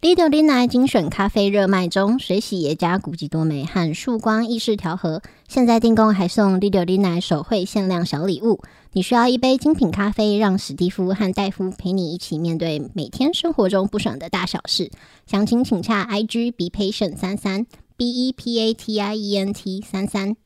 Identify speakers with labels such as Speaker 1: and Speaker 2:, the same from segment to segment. Speaker 1: Lido Lina 精选咖啡热卖中，水洗耶加古籍多美和束光意式调和，现在订购还送 Lido Lina 手绘限量小礼物。你需要一杯精品咖啡，让史蒂夫和戴夫陪你一起面对每天生活中不爽的大小事。详情请洽 IG Be Patient 三三 B E P A T I E N T 三三。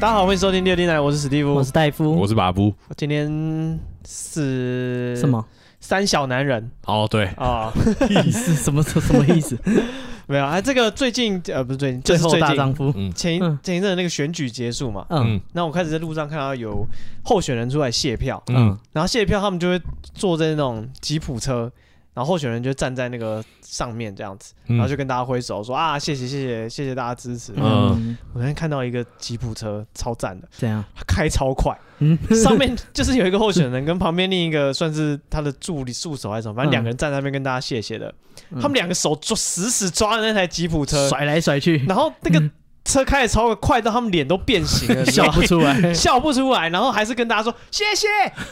Speaker 2: 大家好，欢迎收听六电台，我是史蒂夫
Speaker 3: 我。是戴夫
Speaker 4: 我。是把布。
Speaker 2: 今天是
Speaker 4: 呃
Speaker 3: 什？么
Speaker 2: 三小男人
Speaker 4: 哦，对，
Speaker 2: 啊、
Speaker 3: 意思？ 什么什么 意思？
Speaker 2: 没有啊。这个最近呃不是最近，就
Speaker 3: 最
Speaker 2: 是
Speaker 3: 后
Speaker 2: 最
Speaker 3: 大
Speaker 2: 近
Speaker 3: 丈夫。
Speaker 4: 嗯
Speaker 2: 前一
Speaker 3: 嗯
Speaker 2: 前一阵的那个选举结束嘛，
Speaker 3: 嗯
Speaker 4: 嗯
Speaker 2: 那我开始在路上看到有候选人出来卸票，
Speaker 4: 嗯，
Speaker 2: 然后卸票他们就会坐在那种吉普车，然后候选人就站在那个上面这样子，
Speaker 4: 嗯
Speaker 2: 然后就跟大家挥手说啊谢谢谢谢谢谢大家支持。
Speaker 3: 嗯
Speaker 4: 嗯，
Speaker 2: 我那天看到一个吉普车超赞的，
Speaker 3: 这样。
Speaker 2: 它开超快，
Speaker 3: 嗯，
Speaker 2: 上 面就是有一个候选人跟旁边另一个算是他的助理助手还是什么，反正两个人站在那边跟大家谢谢的，
Speaker 3: 嗯
Speaker 2: 他们两个手抓死死抓着那台吉普 车，
Speaker 3: 甩来甩去，
Speaker 2: 然后那个车开的超快到他们脸都变形 了，你知道
Speaker 3: 笑
Speaker 2: 吗
Speaker 3: 不出来。
Speaker 2: 笑不出来，然后还是跟大家说谢 谢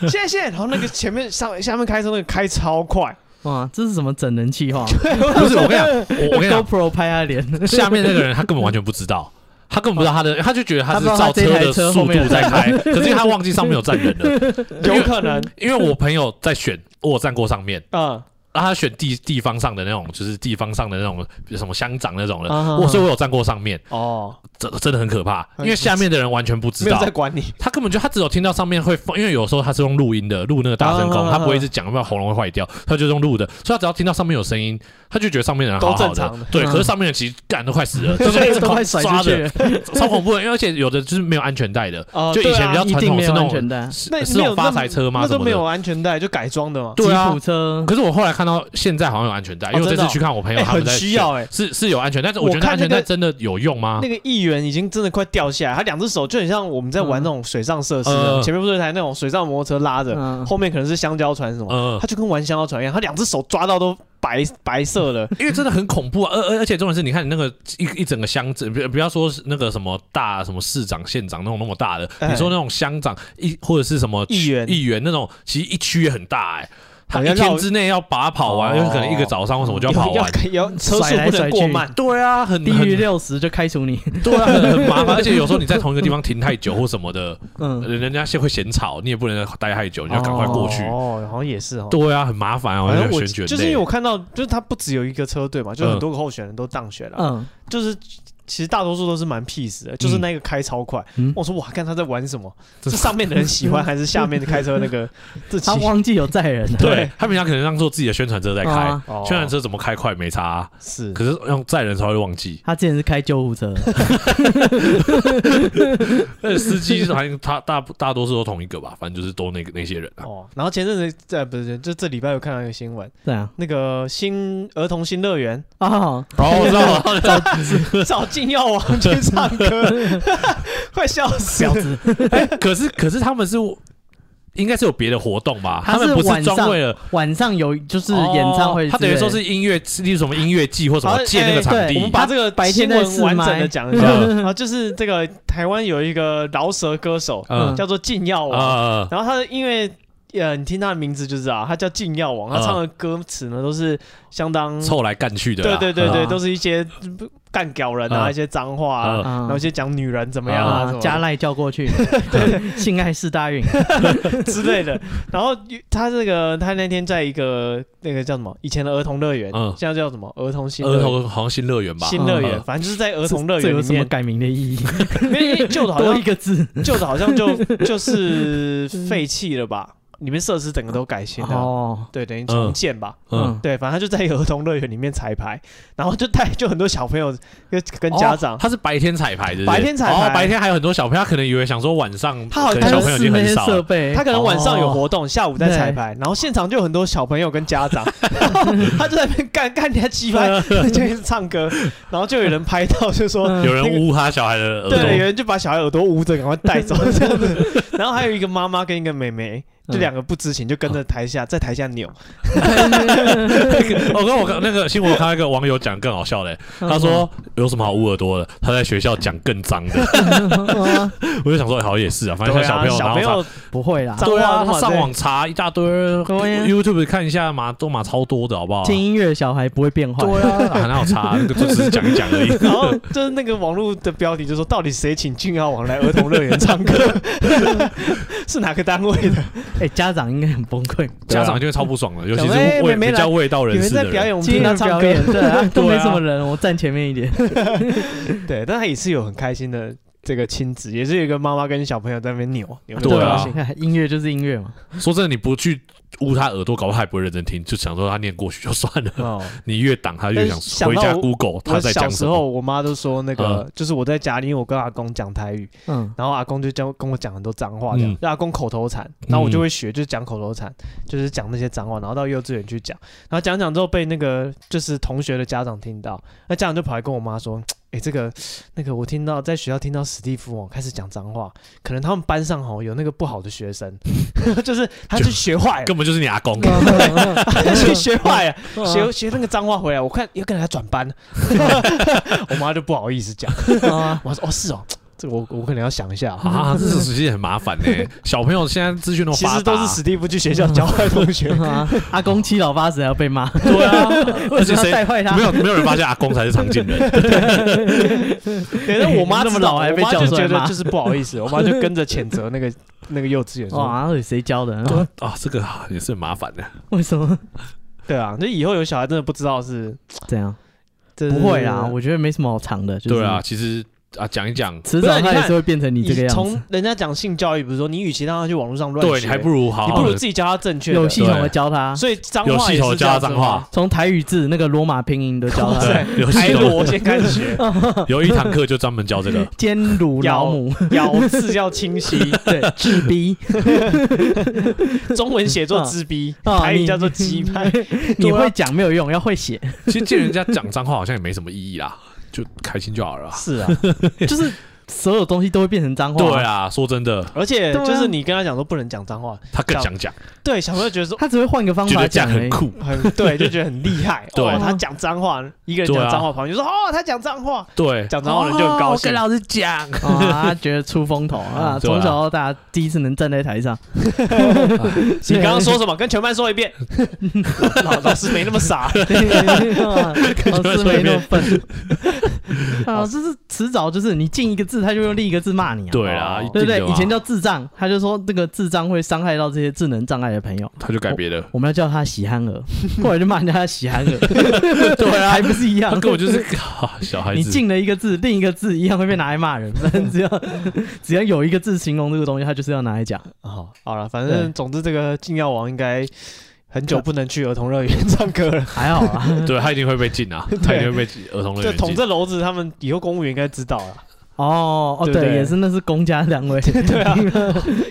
Speaker 2: 谢谢，然后那个前面上下面开车那个开超快，
Speaker 3: 哇，这是什么整人气话
Speaker 4: 不是我跟你讲， 我我跟你讲，
Speaker 3: ？GoPro 拍他脸，
Speaker 4: 下面那个人他根本完全不知道，他根本不知道他的，他就觉得
Speaker 3: 他
Speaker 4: 他
Speaker 3: 不
Speaker 4: 是
Speaker 3: 知道
Speaker 4: 照
Speaker 3: 他这台
Speaker 4: 的
Speaker 3: 车
Speaker 4: 速
Speaker 3: 后
Speaker 4: 度
Speaker 3: 面有
Speaker 4: 在开，可是因为他忘记上面有站人了，
Speaker 2: 有可 能，
Speaker 4: 因为我朋友在选，我有站过上面。
Speaker 2: 嗯，
Speaker 4: 然后他选地地方上的那种，就是地方上的那种比如什么乡长那种的，
Speaker 2: 啊啊啊
Speaker 4: 我所以我有站过上面，
Speaker 2: 哦，
Speaker 4: 真真的很可怕，因为下面的人完全不知
Speaker 2: 没有
Speaker 4: 道
Speaker 2: 在，管你，
Speaker 4: 他根本就他只有听到上面会放，因为有时候他是用录音的，录那个大声
Speaker 2: 啊啊
Speaker 4: 公，
Speaker 2: 啊
Speaker 4: 他不会一直讲，要不然喉咙会坏掉，他就用录的，所以他只要听到上面有声音，他就觉得上面的人好好
Speaker 2: 都正常的
Speaker 4: 的，对。
Speaker 3: 嗯
Speaker 4: 可是上面的其实干都快死 了，真的一直
Speaker 3: 都
Speaker 4: 狂
Speaker 3: 快甩出
Speaker 4: 抓
Speaker 3: 去
Speaker 4: 的，
Speaker 3: 了。
Speaker 4: 超恐怖的，因为而且有的就是没有安全带的，
Speaker 2: 哦
Speaker 4: 就以前比较
Speaker 3: 一
Speaker 4: 传
Speaker 3: 定
Speaker 4: 统
Speaker 3: 没
Speaker 4: 是
Speaker 3: 有
Speaker 4: 那
Speaker 3: 安全
Speaker 4: 种
Speaker 3: 带，
Speaker 4: 是
Speaker 2: 那
Speaker 4: 是
Speaker 2: 没
Speaker 4: 那
Speaker 2: 有
Speaker 4: 种
Speaker 2: 那
Speaker 4: 发财车吗？
Speaker 2: 那
Speaker 4: 什
Speaker 2: 都
Speaker 4: 么
Speaker 2: 没有啊
Speaker 4: 的。
Speaker 2: 安全带就改装的嘛，
Speaker 4: 对
Speaker 3: 吉
Speaker 4: 啊
Speaker 3: 普， 车，
Speaker 4: 可是我后来看到现在好像有安全带，因为我
Speaker 2: 哦
Speaker 4: 这
Speaker 2: 真的
Speaker 4: 次
Speaker 2: 哦
Speaker 4: 去看我朋友
Speaker 2: 哎
Speaker 4: 他们
Speaker 2: 很
Speaker 4: 在
Speaker 2: 需
Speaker 4: 选
Speaker 2: 要哎。
Speaker 4: 是是有安全带，但是我
Speaker 2: 我
Speaker 4: 觉得那
Speaker 2: 看
Speaker 4: 安全
Speaker 2: 那
Speaker 4: 带
Speaker 2: 个
Speaker 4: 真的有用吗
Speaker 2: 那？个议员已经真的快掉下来，他两只手就很像我们在玩那种水上设施的，
Speaker 4: 嗯
Speaker 2: 前面不是有一台那种水上摩托车拉着，
Speaker 3: 嗯
Speaker 2: 后面可能是香蕉船什么，
Speaker 4: 嗯，
Speaker 2: 他就跟玩香蕉船一样，他两只手抓到都白白色了，
Speaker 4: 因为真的很恐怖啊，而而而且重点是，你看你那个一一整个乡镇，不不要说是那个什么大什么市长、县长那种那么大的，
Speaker 2: 哎
Speaker 4: 你说那种乡长一或者是什么区
Speaker 2: 议员
Speaker 4: 议员那种，其实一区也很大哎、他
Speaker 2: 好
Speaker 4: 一
Speaker 2: 像绕
Speaker 4: 天之内要把它跑完，
Speaker 2: 哦
Speaker 4: 有可能一个早上或什么就要跑
Speaker 2: 要
Speaker 4: 完。
Speaker 2: 要车速
Speaker 3: 甩来
Speaker 2: 不
Speaker 3: 甩
Speaker 2: 能
Speaker 3: 去
Speaker 2: 过慢，
Speaker 4: 对啊，很
Speaker 3: 低于
Speaker 4: 很
Speaker 3: 六十就开除你。
Speaker 4: 对啊，很很麻 烦。而且有时候你在同一个地方停太久或什么的，
Speaker 3: 嗯，
Speaker 4: 人人家先会嫌吵，你也不能待太久，你要赶快过去。
Speaker 2: 哦，好像也是哦。
Speaker 4: 对啊，很麻烦哦，
Speaker 2: 好像
Speaker 4: 那
Speaker 2: 我
Speaker 4: 个选举很
Speaker 2: 就是因为
Speaker 4: 累
Speaker 2: 我看到，就是他不只有一个车队嘛，就是
Speaker 4: 嗯
Speaker 2: 很多个候选人都当选了，
Speaker 3: 嗯，
Speaker 2: 就是其实大多数都是蛮 peace 的，就是那个开超快
Speaker 3: 嗯，
Speaker 2: 我说哇，看他在玩什么，
Speaker 4: 嗯这
Speaker 2: 是 上面的人喜欢还是下面的开车那个自己
Speaker 3: 他？忘记有载人了。
Speaker 4: 对他平常可能当做自己的宣传车在开
Speaker 3: 啊，
Speaker 2: 哦
Speaker 4: 宣传车怎么开快没差啊、
Speaker 2: 是
Speaker 4: 可是用载人才会忘 记，
Speaker 3: 他之前是开救护车，
Speaker 4: 而且司机好像他大大多数都同一个吧，反正就是都那个那些人 啊。
Speaker 2: 哦，然后前阵子在不是就这礼拜有看到一个新闻，
Speaker 3: 对啊，
Speaker 2: 那个新儿童新乐园
Speaker 3: 哦，
Speaker 4: 哦，我知道了，
Speaker 2: 找金耀王去唱歌， 快笑死了！
Speaker 3: 婊 子，
Speaker 4: 可是可是他们是应该是有别的活动吧？
Speaker 3: 他
Speaker 4: 他
Speaker 3: 是
Speaker 4: 们不
Speaker 3: 晚
Speaker 4: 是
Speaker 3: 上
Speaker 4: 专为了
Speaker 3: 晚上有就是演唱会之类的，
Speaker 4: 哦他等于说是音乐，例如什么音乐季或什
Speaker 2: 好
Speaker 4: 么借那
Speaker 2: 哎
Speaker 4: 个场
Speaker 3: 对
Speaker 4: 地
Speaker 2: 我。们把这个
Speaker 3: 白天
Speaker 2: 新
Speaker 3: 在
Speaker 2: 闻
Speaker 3: 试
Speaker 2: 完整
Speaker 3: 麦
Speaker 2: 的讲 一下
Speaker 4: 嗯
Speaker 2: 啊，就是这个台湾有一个饶舌歌手
Speaker 4: 嗯
Speaker 2: 叫做禁药王，
Speaker 4: 啊，
Speaker 2: 然后他因为呃，你听他的名字就知道，他叫禁药王，他
Speaker 4: 嗯
Speaker 2: 唱的歌词呢都是相当，
Speaker 4: 凑来干去的啊
Speaker 2: 对
Speaker 4: 啦。
Speaker 2: 对对对，
Speaker 3: 嗯
Speaker 2: 都是一些干屌人啊，
Speaker 4: 嗯
Speaker 2: 一些脏话啊，
Speaker 4: 嗯
Speaker 2: 然后一
Speaker 3: 嗯。
Speaker 2: 些讲女人怎么样啊
Speaker 3: 啊
Speaker 2: 什，么
Speaker 3: 加
Speaker 2: 的
Speaker 3: 赖叫过去，性爱四大运，
Speaker 2: 之类的。然后他这个他那天在一个那个叫什么以前的儿童乐园，
Speaker 4: 嗯
Speaker 2: 现在叫什么儿童新
Speaker 4: 儿
Speaker 2: 乐园。
Speaker 4: 童好像新乐园吧？
Speaker 2: 新乐园，
Speaker 4: 嗯
Speaker 2: 反正就是在儿童乐
Speaker 3: 这
Speaker 2: 园
Speaker 3: 有
Speaker 2: 里
Speaker 3: 什么
Speaker 2: 面，
Speaker 3: 改名的意义？
Speaker 2: 因为因为旧的好
Speaker 3: 多
Speaker 2: 像
Speaker 3: 一个字，
Speaker 2: 旧的好像就就是废弃了吧？里面设施整个都改新了，
Speaker 3: 哦，
Speaker 2: 对，等于重建吧。
Speaker 4: 嗯
Speaker 3: 嗯，
Speaker 2: 对，反正他就在一个儿童乐园里面彩排，然后就带就很多小朋友跟跟家长
Speaker 4: 哦，他是白天彩排的，
Speaker 2: 白天彩排
Speaker 4: 哦，白天还有很多小朋友，他可能以为想说晚上，
Speaker 2: 他好像
Speaker 4: 可能小朋友已经
Speaker 3: 那
Speaker 4: 很
Speaker 3: 些
Speaker 4: 少
Speaker 3: 设
Speaker 4: 了，
Speaker 3: 备，
Speaker 2: 他可能晚上有活
Speaker 4: 哦
Speaker 2: 动，下午在
Speaker 3: 对
Speaker 2: 彩排，然后现场就有很多小朋友跟家 长，然后他就在那边干干人家鸡排，就一直唱歌，然后就有人拍到，就说。
Speaker 3: 嗯
Speaker 4: 有人捂他小孩的耳朵，
Speaker 2: 对，有人就把小孩耳朵捂着，赶快带 走这样子。然后还有一个妈妈跟一个妹妹，就
Speaker 3: 嗯
Speaker 2: 两个不知情，就跟着台下在台下扭。
Speaker 4: 哦我跟我看那个新闻，我看到一个网友讲更好笑的、
Speaker 2: 嗯
Speaker 4: 他说有什么好捂耳朵的？他在学校讲更脏的，
Speaker 3: 哦
Speaker 4: 我就想说好像也是啊，反正
Speaker 2: 对
Speaker 4: 像小
Speaker 2: 啊
Speaker 4: 朋，友
Speaker 2: 小朋
Speaker 4: 然后
Speaker 2: 友
Speaker 3: 不会啦
Speaker 4: 查，
Speaker 2: 脏话
Speaker 4: 对啊，
Speaker 2: 都嘛
Speaker 4: 他上网查一大堆
Speaker 3: 对啊
Speaker 4: ，YouTube 看一下嘛，都嘛超多的好不好？
Speaker 3: 听音乐的小孩不会变坏，
Speaker 4: 对啊，很好查，那个就只是讲一讲而已。
Speaker 2: 然后就是那个网络的标题就说，到底谁请俊浩往来儿童乐园唱歌？ 是哪个单位的？
Speaker 3: 哎，家长应该很崩溃，
Speaker 4: 家长就会超不爽了，尤其
Speaker 2: 小哎
Speaker 4: 是
Speaker 2: 妹
Speaker 4: 为
Speaker 2: 妹妹
Speaker 4: 比较味道
Speaker 2: 有
Speaker 4: 人
Speaker 2: 人
Speaker 4: 士
Speaker 2: 在
Speaker 4: 的
Speaker 2: 表
Speaker 4: 人。
Speaker 2: 演，我们
Speaker 3: 今
Speaker 2: 听他
Speaker 3: 天
Speaker 2: 唱
Speaker 3: 表
Speaker 2: 歌。
Speaker 3: 演对啊，都
Speaker 4: 对
Speaker 3: 没
Speaker 4: 啊
Speaker 3: 什么人，我站前面一点，
Speaker 2: 对，但他也是有很开心的这个亲子，也是有一个妈妈跟小朋友在那边扭，有没有
Speaker 4: 对
Speaker 2: 很
Speaker 4: 啊
Speaker 2: 高 兴？
Speaker 3: 音乐就是音乐嘛，
Speaker 4: 说真的，你不去捂他耳朵，搞不好他也不会认真听，就想说他念过去就算了。
Speaker 2: 哦，
Speaker 4: 你越挡他越
Speaker 2: 但
Speaker 4: 想
Speaker 2: 是想
Speaker 4: 回
Speaker 2: 到
Speaker 4: 家
Speaker 2: 我
Speaker 4: Google 他
Speaker 2: 我
Speaker 4: 在
Speaker 2: 小
Speaker 4: 讲
Speaker 2: 时
Speaker 4: 什么。嗯
Speaker 2: 候，我妈都说那个，就是我在家里，因为我跟阿公讲台语，
Speaker 3: 嗯，
Speaker 2: 然后阿公就教跟我讲很多脏话，这样
Speaker 4: 嗯，
Speaker 2: 让阿公口头禅，然后我就会学，就是讲口头禅，就是讲那些脏话，然后到幼稚园去讲，然后讲讲之后被那个就是同学的家长听到，那家长就跑来跟我妈说。哎、这个那个，我听到在学校听到史蒂夫哦开始讲脏话，可能他们班上哦有那个不好的学生， 就是他就
Speaker 4: 就
Speaker 2: 学坏了，
Speaker 4: 根本就是你阿公，
Speaker 2: 学学坏了，
Speaker 3: 嗯
Speaker 2: 学学那个脏话回来，我看要跟人家转班，我妈就不好意思讲，
Speaker 3: 啊，
Speaker 2: 我说哦是哦，这个我我可能要想一 下。
Speaker 4: 啊， 这是其实很麻烦呢、小朋友现在资讯都
Speaker 2: 其
Speaker 4: 发
Speaker 2: 实
Speaker 4: 达，
Speaker 2: 都是史蒂夫去学校教坏同学，
Speaker 3: 阿公七老八十还要被骂，
Speaker 4: 对啊，而
Speaker 3: 为什
Speaker 4: 且
Speaker 3: 么要
Speaker 4: 谁
Speaker 3: 带坏他？
Speaker 4: 没
Speaker 2: 啊
Speaker 4: 有没有人发现阿公才是常 见人，
Speaker 2: 对，但我妈
Speaker 3: 那么
Speaker 2: 知道
Speaker 3: 老还
Speaker 2: 我
Speaker 3: 被
Speaker 2: 妈
Speaker 3: 叫
Speaker 2: 就
Speaker 3: 出来
Speaker 2: 觉得
Speaker 3: 骂
Speaker 2: 就是不好意思，我妈就跟着谴责那个那个幼稚园说，
Speaker 3: 哇，到底谁教的？
Speaker 4: 啊，这个也是很麻烦的、
Speaker 3: 为什么
Speaker 2: 对啊，就以后有小孩真的不知道是
Speaker 3: 这样？
Speaker 2: 这
Speaker 3: 不会啦，我觉得没什么好藏的，就是
Speaker 4: 对啊，，其实啊，讲一讲，
Speaker 3: 迟
Speaker 2: 不
Speaker 3: 早
Speaker 2: 是你
Speaker 3: 他也
Speaker 2: 看
Speaker 3: 是会变成你这个样
Speaker 2: 从
Speaker 3: 子，
Speaker 2: 人家讲性教育，比如说你与其让他去网络上乱学，
Speaker 4: 对你还不如啊好
Speaker 2: 你
Speaker 4: 好
Speaker 2: 不如
Speaker 4: 的
Speaker 2: 自己教他正确的，
Speaker 3: 有系统的教他，
Speaker 2: 所以脏
Speaker 4: 有
Speaker 2: 话
Speaker 4: 系
Speaker 2: 也
Speaker 4: 统
Speaker 2: 是
Speaker 4: 地
Speaker 2: 这
Speaker 4: 教他
Speaker 2: 样子
Speaker 4: 脏
Speaker 2: 吗
Speaker 4: 话，
Speaker 3: 从台语字那个罗马拼音都教
Speaker 2: 哇
Speaker 3: 他
Speaker 2: 塞，
Speaker 4: 对，有
Speaker 2: 开
Speaker 4: 系统
Speaker 2: 罗先开始学，
Speaker 4: 有一堂课就专门教 这个，
Speaker 3: 尖乳老母，
Speaker 2: 咬字要清晰，
Speaker 3: 对，制 逼，
Speaker 2: 中文写作之逼，
Speaker 3: 啊
Speaker 2: 台语
Speaker 3: 你
Speaker 2: 叫做鸡 派。
Speaker 3: 你会讲没有用，要会写，
Speaker 4: 其实见人家讲脏话好像也没什么意义啦，就开心就好 了啊。
Speaker 2: 是啊，
Speaker 3: 就是所有东西都会变成脏话，
Speaker 4: 对，啊，说真的，
Speaker 2: 而且
Speaker 3: 对啊
Speaker 2: 就是你跟他讲说不能讲脏话，
Speaker 4: 他更想讲，
Speaker 2: 对小朋友觉 得说
Speaker 3: 他只会换个方
Speaker 4: 觉
Speaker 3: 法
Speaker 4: 得这样
Speaker 3: 讲而
Speaker 4: 很
Speaker 3: 已。
Speaker 4: 酷。
Speaker 2: 很对，就觉得很厉害。
Speaker 4: 对
Speaker 2: 哦他讲脏话，一个人讲
Speaker 4: 对啊
Speaker 2: 脏话，旁边就说哦，他讲脏话，
Speaker 4: 对，
Speaker 2: 讲脏话人就很
Speaker 4: 哦
Speaker 2: 高
Speaker 4: 我
Speaker 2: 兴
Speaker 4: 跟。老师 讲，
Speaker 3: 啊，他觉得出风头啊！
Speaker 4: 对啊
Speaker 3: 从小到大第一次能站在台 上，
Speaker 2: 你刚刚说什么？跟全班说一遍。老老师没那么 傻，
Speaker 3: 老师哦没那么笨。 啊，
Speaker 2: 老
Speaker 3: 就是迟早就是你进一个字，他就用另一个字骂你啊，
Speaker 4: 对啦，
Speaker 2: 哦
Speaker 3: 对不
Speaker 4: 一定
Speaker 3: 对
Speaker 4: 的？嘛
Speaker 3: 以前叫智障，他就说这个智障会伤害到这些智能障碍的朋友，
Speaker 4: 他就改别 的，
Speaker 3: 我们要叫他喜憨儿，后来就骂人家喜憨儿， 对啊，还不是一
Speaker 4: 他
Speaker 3: 样？
Speaker 4: 根本 就是 啊小孩
Speaker 3: 你
Speaker 4: 子。
Speaker 3: 进了一个字，另一个字一样会被拿来骂 人，反正只要只要有一个字形容这个东西，他就是要拿来讲。
Speaker 2: 哦，好了，反
Speaker 3: 对
Speaker 2: 正总之这个禁药王应该很久不能去儿童乐园唱歌 了。
Speaker 3: 还好 啊啦，
Speaker 4: 对他一定会被禁啊，他一定会被儿童乐
Speaker 2: 这
Speaker 4: 园
Speaker 2: 统
Speaker 4: 禁。
Speaker 2: 治楼子他们以后公务员应该知道了。
Speaker 3: 哦哦，
Speaker 2: 对不对
Speaker 3: 对，也是那是公家单 位，
Speaker 2: 对啊，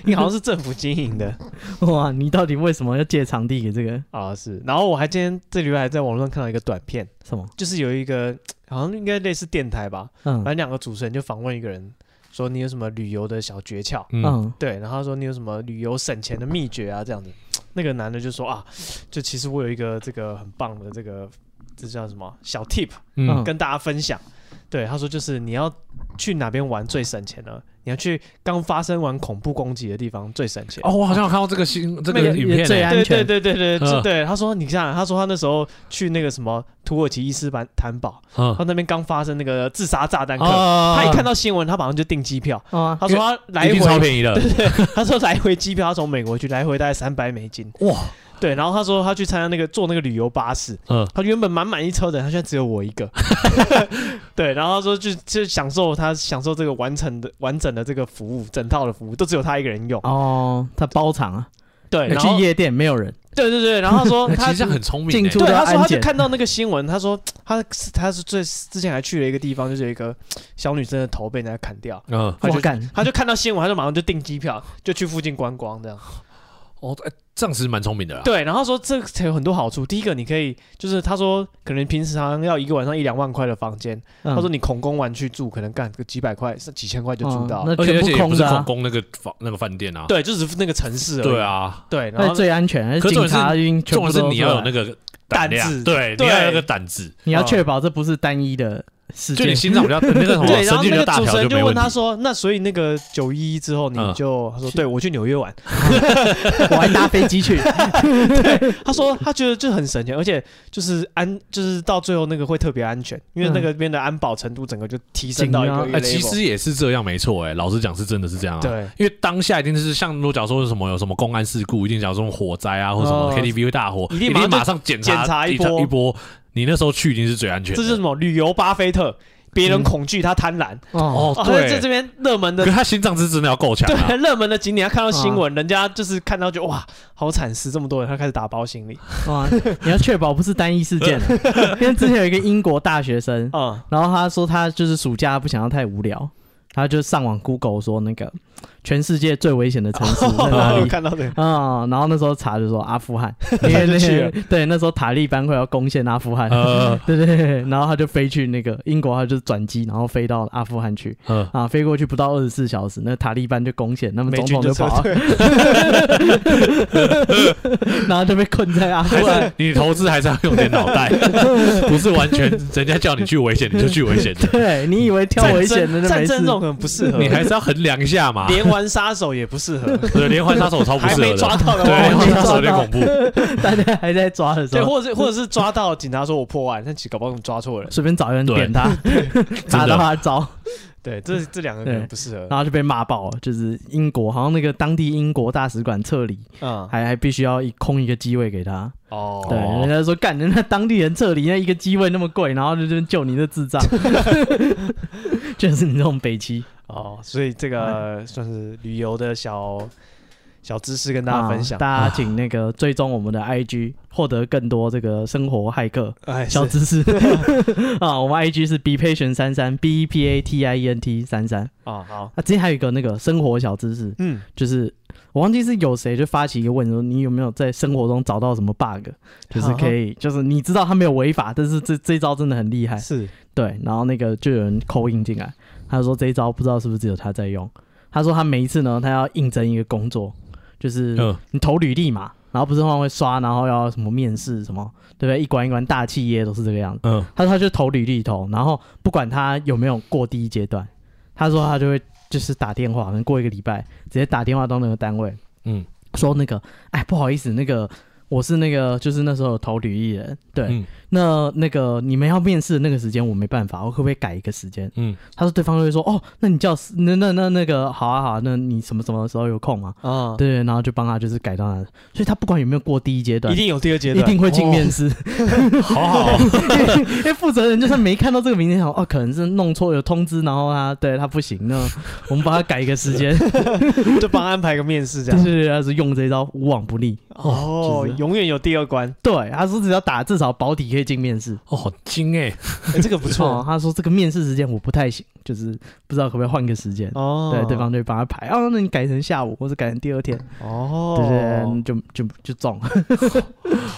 Speaker 2: 你好像是政府经营的
Speaker 3: 哇，你到底为什么要借场地给这个
Speaker 2: 啊，是。然后我还今天这礼拜还在网络上看到一个短片，
Speaker 3: 什么？
Speaker 2: 就是有一个好像应该类似电台吧，
Speaker 3: 嗯
Speaker 2: 反正两个主持人就访问一个人，说你有什么旅游的小诀窍？
Speaker 4: 嗯，
Speaker 3: 嗯，
Speaker 2: 对，然后他说你有什么旅游省钱的秘诀啊？这样子，那个男的就说啊，就其实我有一个这个很棒的这个这叫什么小 tip
Speaker 4: 嗯
Speaker 2: 跟大家分享。对，他说就是你要去哪边玩最省钱呢？你要去刚发生完恐怖攻击的地方最省钱。
Speaker 4: 哦，我好像有看到这个新这个
Speaker 3: 那个
Speaker 4: 影片
Speaker 3: 最
Speaker 4: 欸，
Speaker 3: 爱
Speaker 2: 对
Speaker 3: 安全
Speaker 2: 对对对对，
Speaker 4: 嗯
Speaker 2: 就对。他说，你想想，他说他那时候去那个什么土耳其伊斯坦坦堡，
Speaker 4: 嗯
Speaker 2: 他那边刚发生那个自杀炸弹客，
Speaker 4: 啊
Speaker 2: 他一看到新闻，他马上就订机票。
Speaker 3: 哦
Speaker 2: 他说他来
Speaker 4: 一定超
Speaker 2: 回，
Speaker 4: 便宜的，
Speaker 2: 他说来回机票，他从美国去来回大概三百美金。
Speaker 4: 哇，
Speaker 2: 对，然后他说他去参加那个坐那个旅游巴士，
Speaker 4: 嗯，
Speaker 2: 他原本满满一车人，他现在只有我一 个。对，然后他说就就享受他享受这个
Speaker 4: 哦
Speaker 2: 完整的完整的这个服务，整套的服务都只有他一个人用。
Speaker 3: 哦，他包场啊，
Speaker 2: 对，然
Speaker 3: 去
Speaker 2: 后
Speaker 3: 夜店没有人，
Speaker 2: 对对对，然后他 说他
Speaker 4: 其实很聪明
Speaker 3: 进
Speaker 4: 欸，
Speaker 3: 出
Speaker 2: 对，
Speaker 3: 到
Speaker 2: 他说
Speaker 3: 安
Speaker 2: 他就
Speaker 3: 检，
Speaker 2: 看到那个新闻，他说他他是最之前还去了一个地方，就是有一个小女生的头被人家砍掉，
Speaker 4: 嗯，
Speaker 2: 他
Speaker 3: 哇
Speaker 2: 就
Speaker 3: 干，
Speaker 2: 他就看到新闻，他就马上就订机票，就去附近观光这样。
Speaker 4: 哦，哎这样其实蛮聪明的啦。
Speaker 2: 对，然后说这才有很多好处。第一个，你可以就是他说，可能平时常要一个晚上一两万块的房间，
Speaker 3: 他
Speaker 2: 他说你恐攻完去住，可能干个几百块、是几千块就住到。
Speaker 3: 哦那
Speaker 4: 而且
Speaker 3: 全
Speaker 4: 而且
Speaker 3: 部
Speaker 4: 也不
Speaker 3: 空
Speaker 4: 是
Speaker 3: 的
Speaker 4: 空
Speaker 3: 啊，
Speaker 4: 宫那个房那个饭店啊，
Speaker 2: 对，就只是嗯那个城市而已。
Speaker 4: 对，啊，
Speaker 2: 对，然
Speaker 3: 那
Speaker 2: 后
Speaker 3: 最安全，而且
Speaker 4: 可
Speaker 3: 警
Speaker 4: 重点是
Speaker 3: 察已经全
Speaker 4: 重
Speaker 3: 部
Speaker 4: 点是
Speaker 3: 都
Speaker 4: 你要有
Speaker 3: 出来
Speaker 4: 那个胆量
Speaker 2: 胆子
Speaker 4: 对，
Speaker 2: 对
Speaker 4: 你要有那个胆子，
Speaker 3: 你要
Speaker 2: 哦
Speaker 3: 确保这不是单一的事
Speaker 4: 就你
Speaker 3: 件，
Speaker 4: 心脏 比较那个什么
Speaker 2: 对，然
Speaker 4: 神
Speaker 2: 后
Speaker 4: 经
Speaker 2: 那个
Speaker 4: 比较大
Speaker 2: 主持
Speaker 4: 条
Speaker 2: 人
Speaker 4: 就没
Speaker 2: 问
Speaker 4: 问题
Speaker 2: 他。说：“那所以那个九一一之后，你
Speaker 4: 嗯
Speaker 2: 就他说对我去纽约玩。”
Speaker 3: 我还搭飞机去，
Speaker 2: 他说他觉得就很省钱，而且就是安，就是到最后那个会特别安全，因
Speaker 4: 嗯
Speaker 2: 为那个边的安保程度整个就提升到一
Speaker 3: 嗯
Speaker 2: 个
Speaker 3: 紧
Speaker 4: 哎，
Speaker 2: level。
Speaker 4: 其实也是这样，没错。哎，老实讲，是真的是这样啊。
Speaker 2: 对
Speaker 4: 因为当下一定是像，如果假如说有什么有什么公安事故，一定假如说火灾啊，或者什么
Speaker 2: 哦
Speaker 4: KTV 会大火，
Speaker 2: 一
Speaker 4: 一
Speaker 2: 定
Speaker 4: 定
Speaker 2: 马上就
Speaker 4: 马上检查
Speaker 2: 检查一
Speaker 4: 一
Speaker 2: 波
Speaker 4: 一波。你那时候去一定是最安全
Speaker 2: 这
Speaker 4: 的。
Speaker 2: 是什么旅游巴菲特？别人恐惧，他贪婪。
Speaker 3: 哦，
Speaker 4: 嗯哦
Speaker 2: 哦，，
Speaker 4: 对，
Speaker 2: 在这边热门
Speaker 4: 可
Speaker 2: 的
Speaker 4: 是他心脏是真的要够强啊
Speaker 2: 对。热门的景点，他看到新闻，人家就是看到就哇，好惨死这么多人，他开始打包行李。
Speaker 3: 哇，你要确保不是单一事 件，因为之前有一个英国大学生，
Speaker 4: 哦
Speaker 2: 嗯，
Speaker 3: 然后他说他就是暑假不想要太无聊，他就上网 Google 说那个全世界最危险的城市
Speaker 4: 哦
Speaker 3: 在哪
Speaker 2: 我
Speaker 3: 里。
Speaker 2: 看到这个，
Speaker 3: 啊、然后那时候查就说阿富汗，因为
Speaker 2: 就
Speaker 3: 那
Speaker 2: 去
Speaker 3: 些
Speaker 2: 了
Speaker 3: 对那时候塔利班快要攻陷阿富汗，
Speaker 4: 呃
Speaker 3: 对对对，然后他就飞去那个英国，他就转机，然后飞到阿富汗去
Speaker 4: 呃，
Speaker 3: 啊，飞过去不到二十四小时，那塔利班就攻陷，那么
Speaker 2: 美
Speaker 3: 总
Speaker 2: 军
Speaker 3: 统
Speaker 2: 就
Speaker 3: 就
Speaker 2: 撤
Speaker 3: 跑啊了，
Speaker 2: 退，
Speaker 3: 然后就被困在阿
Speaker 2: 啊
Speaker 3: 富
Speaker 4: 还
Speaker 3: 汗。
Speaker 4: 是你投资还是要用点脑 袋，不是完全人家叫你去危险你就去危险的，
Speaker 3: 对你以为挑危险的就
Speaker 2: 战
Speaker 3: 没
Speaker 2: 争这种
Speaker 3: 事，
Speaker 2: 很不适合
Speaker 4: 你。还是要衡量一下嘛。
Speaker 2: 连环杀手也不适合，
Speaker 4: 对， 连环杀手超不
Speaker 2: 还
Speaker 4: 适合
Speaker 2: 没
Speaker 4: 的。
Speaker 2: 抓到的
Speaker 4: 对，
Speaker 2: 话，
Speaker 4: 连环杀手
Speaker 3: 没
Speaker 4: 有
Speaker 3: 抓
Speaker 4: 点
Speaker 3: 到
Speaker 4: 恐怖。
Speaker 3: 大家还在抓的时
Speaker 2: 对，
Speaker 3: 候，
Speaker 2: 或者是或者是抓到警察说我破案，但其实搞不好我们抓错人。
Speaker 3: 随便找一个人扁他，打
Speaker 4: 真
Speaker 3: 到
Speaker 4: 的
Speaker 3: 他招，
Speaker 2: 对，这
Speaker 3: 嗯
Speaker 2: 这两个可能不适合。
Speaker 3: 然后就被骂爆了。就是英国，好像那个当地英国大使馆撤离，
Speaker 2: 嗯，
Speaker 3: 还还必须要一空一个机位给他。
Speaker 2: 哦，
Speaker 3: 对，人家说干，人家当地人撤离那一个机位那么贵，然后就就救你这 智障，就是你这种北齐。
Speaker 2: 哦，所以这
Speaker 3: 嗯
Speaker 2: 个算是旅游的小小知识跟大家分享
Speaker 3: 啊。大家请那个追踪我们的 IG，获得更多这个生活骇客
Speaker 2: 哎，
Speaker 3: 小
Speaker 2: 是
Speaker 3: 知识 啊。我们 IG 是 be patient 三三 b e p a t i e n t 三三。
Speaker 2: 哦，好，
Speaker 3: 啊，之前还有一个那个生活小知识，
Speaker 2: 嗯，
Speaker 3: 就是我忘记是有谁就发起一个问说，你有没有在生活中找到什么 bug，就是可以，就是你知道他没有违法，但是这这一招真的很厉害。
Speaker 2: 是
Speaker 3: 对，然后那个就有人扣印进来，他说这一招不知道是不是只有他在用。他说他每一次呢，他要应征一个工作，就是
Speaker 4: 嗯
Speaker 3: 你投履历嘛，然后不是通常会刷，然后要什么面试什么，对不对？一关一关大企业都是这个样子。
Speaker 4: 嗯，
Speaker 3: 他说他就投履历投，然后不管他有没有过第一阶段，他说他就会就是打电话，可能过一个礼拜直接打电话到那个单位，
Speaker 4: 嗯，
Speaker 3: 说那个哎不好意思，那个我是那个就是那时候有投履历人，对，
Speaker 4: 嗯
Speaker 3: 那那个你们要面试的那个时间我没办法，我可不可以改一个时间？
Speaker 4: 嗯，
Speaker 3: 他说对方就会说哦，那你叫那那那那个好啊好啊，那你什么什么时候有空吗？
Speaker 2: 啊，
Speaker 3: 嗯对，然后就帮他就是改到那，所以他不管有没有过第一阶段，
Speaker 2: 一定有第二阶
Speaker 3: 一
Speaker 2: 段，
Speaker 3: 定会进面
Speaker 2: 哦。
Speaker 3: 试。
Speaker 4: 好好好，
Speaker 3: 因为负责人就算没看到这个名字，想哦，可能是弄错有通知，然后他对他不行， 那我们帮他改一个时间，
Speaker 2: 就帮安排个面试这
Speaker 3: 对对
Speaker 2: 样。
Speaker 3: 对，他是用这一招无往不利。
Speaker 2: 哦
Speaker 3: 其实，
Speaker 2: 永远有第二关，
Speaker 3: 对，他说只要打至少保底可以进面试。
Speaker 4: 哦，好精哎，
Speaker 2: 哎这个不
Speaker 3: 哦
Speaker 2: 错
Speaker 3: 他说这个面试时间我不太行，就是不知道可不可以换个时间。
Speaker 2: 哦。
Speaker 3: 对，对方就会帮他排。哦，那你改成下午，或者改成第二天，
Speaker 2: 哦，
Speaker 3: 对对对，就就就中。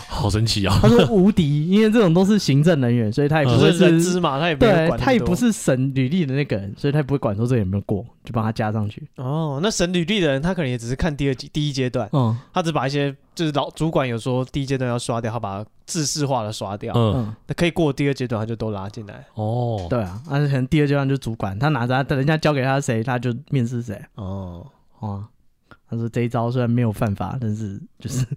Speaker 4: 好神奇啊！
Speaker 3: 他说无敌，因为这种都是行政人员，所以他也不
Speaker 2: 就
Speaker 3: 会
Speaker 2: 是人资嘛，他也不会
Speaker 3: 嗯
Speaker 2: 管
Speaker 3: 对
Speaker 2: 那么
Speaker 3: 他也
Speaker 2: 多
Speaker 3: 不是审履历的那个人，所以他也不会管说这个有没有过，就帮他加上去。
Speaker 2: 哦。那审履历的人，他可能也只是看第二阶第一阶段，
Speaker 3: 嗯
Speaker 2: 他只把一些就是老主管有说第一阶段要刷掉，他把它制式化的刷掉，
Speaker 4: 嗯，
Speaker 3: 嗯，
Speaker 2: 那可以过第二阶段，他就都拉进来。
Speaker 4: 哦，
Speaker 3: 对啊，而且可能第二阶段就是主管，他拿着他等人家交给他谁，他就面试谁
Speaker 2: 哦，
Speaker 3: 啊。他说这一招虽然没有犯法，但是就是